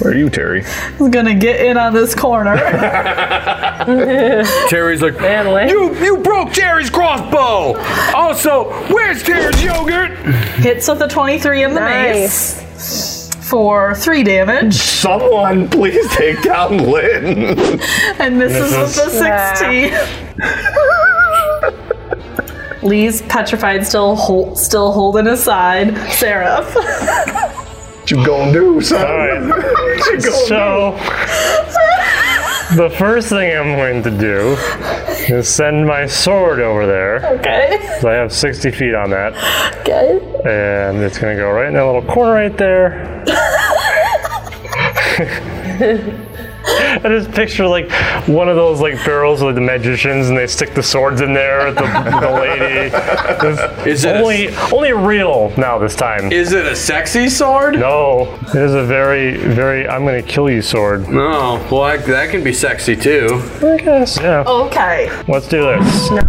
Speaker 5: Where are you, Terry?
Speaker 3: is gonna get in on this corner.
Speaker 8: Terry's like,
Speaker 7: manly.
Speaker 8: you, you broke Terry's crossbow. Also, where's Terry's yogurt?
Speaker 3: Hits with a 23 in the
Speaker 7: Nice.
Speaker 3: mace for 3 damage,
Speaker 5: Someone, please take down Lynn.
Speaker 3: and misses with
Speaker 2: Misses.
Speaker 3: the 16. Lee's petrified, still hol- still holding his side. Seraph.
Speaker 5: what you gonna do, son?
Speaker 2: Alright.
Speaker 5: What you gonna
Speaker 2: So, the first thing I'm going to do is send my sword over there.
Speaker 3: Okay.
Speaker 2: So I have 60 feet on that.
Speaker 3: Okay.
Speaker 2: And it's going to go right in that little corner right there. I just picture like one of those like barrels with the magicians, and they stick the swords in there. The, the lady. It's
Speaker 8: Is it,
Speaker 2: only
Speaker 8: a,
Speaker 2: only real now this time.
Speaker 8: is it a sexy sword?
Speaker 2: No, it is a very very I'm gonna kill you sword.
Speaker 8: No, Oh, well, that, that can be sexy too.
Speaker 2: I guess. Yeah.
Speaker 3: Okay.
Speaker 2: Let's do this.
Speaker 3: Hits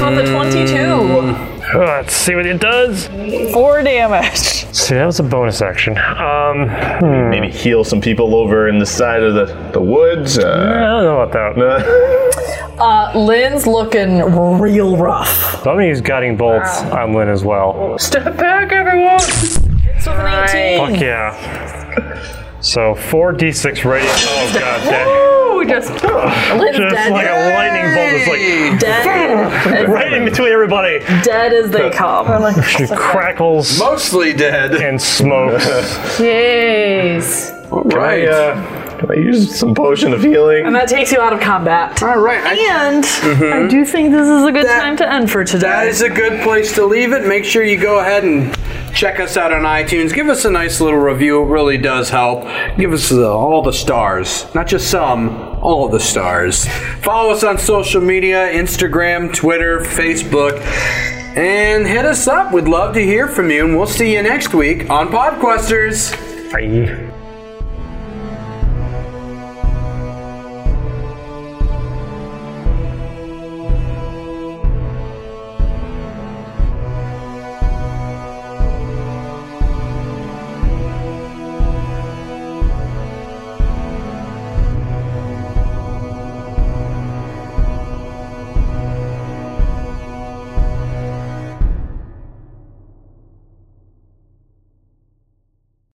Speaker 3: with a 22.
Speaker 2: Uh, Let's see what it does.
Speaker 3: Four damage.
Speaker 2: See, that was a bonus action. Um, hmm,
Speaker 5: Maybe heal some people over in the side of the, the woods.
Speaker 2: I
Speaker 5: Uh,
Speaker 2: don't know about that.
Speaker 3: Uh, Lynn's looking real rough.
Speaker 2: So I'm gonna use guiding bolts on Lynn as well.
Speaker 7: Step back, everyone.
Speaker 3: So with an 18.
Speaker 2: Fuck yeah. So 4d6 radiant. Oh god, that,
Speaker 7: Ooh, just
Speaker 3: Lynn's
Speaker 2: just
Speaker 3: dead.
Speaker 2: like a lightning bolt is like
Speaker 3: dead,
Speaker 2: right in between everybody.
Speaker 3: dead as they come.
Speaker 2: She crackles
Speaker 8: Mostly dead.
Speaker 2: and smokes.
Speaker 7: jeez.
Speaker 8: Right.
Speaker 5: uh, can I use some potion of healing?
Speaker 3: And that takes you out of combat.
Speaker 8: All right. I- Mm-hmm.
Speaker 3: And I do think this is a good time to end for today.
Speaker 8: That is a good place to leave it. Make sure you go ahead and check us out on iTunes. Give us a nice little review. It really does help. Give us the, all the stars, not just some, all the stars. Follow us on social media Instagram, Twitter, Facebook, and hit us up. We'd love to hear from you, and we'll see you next week on Podquesters.
Speaker 2: Bye.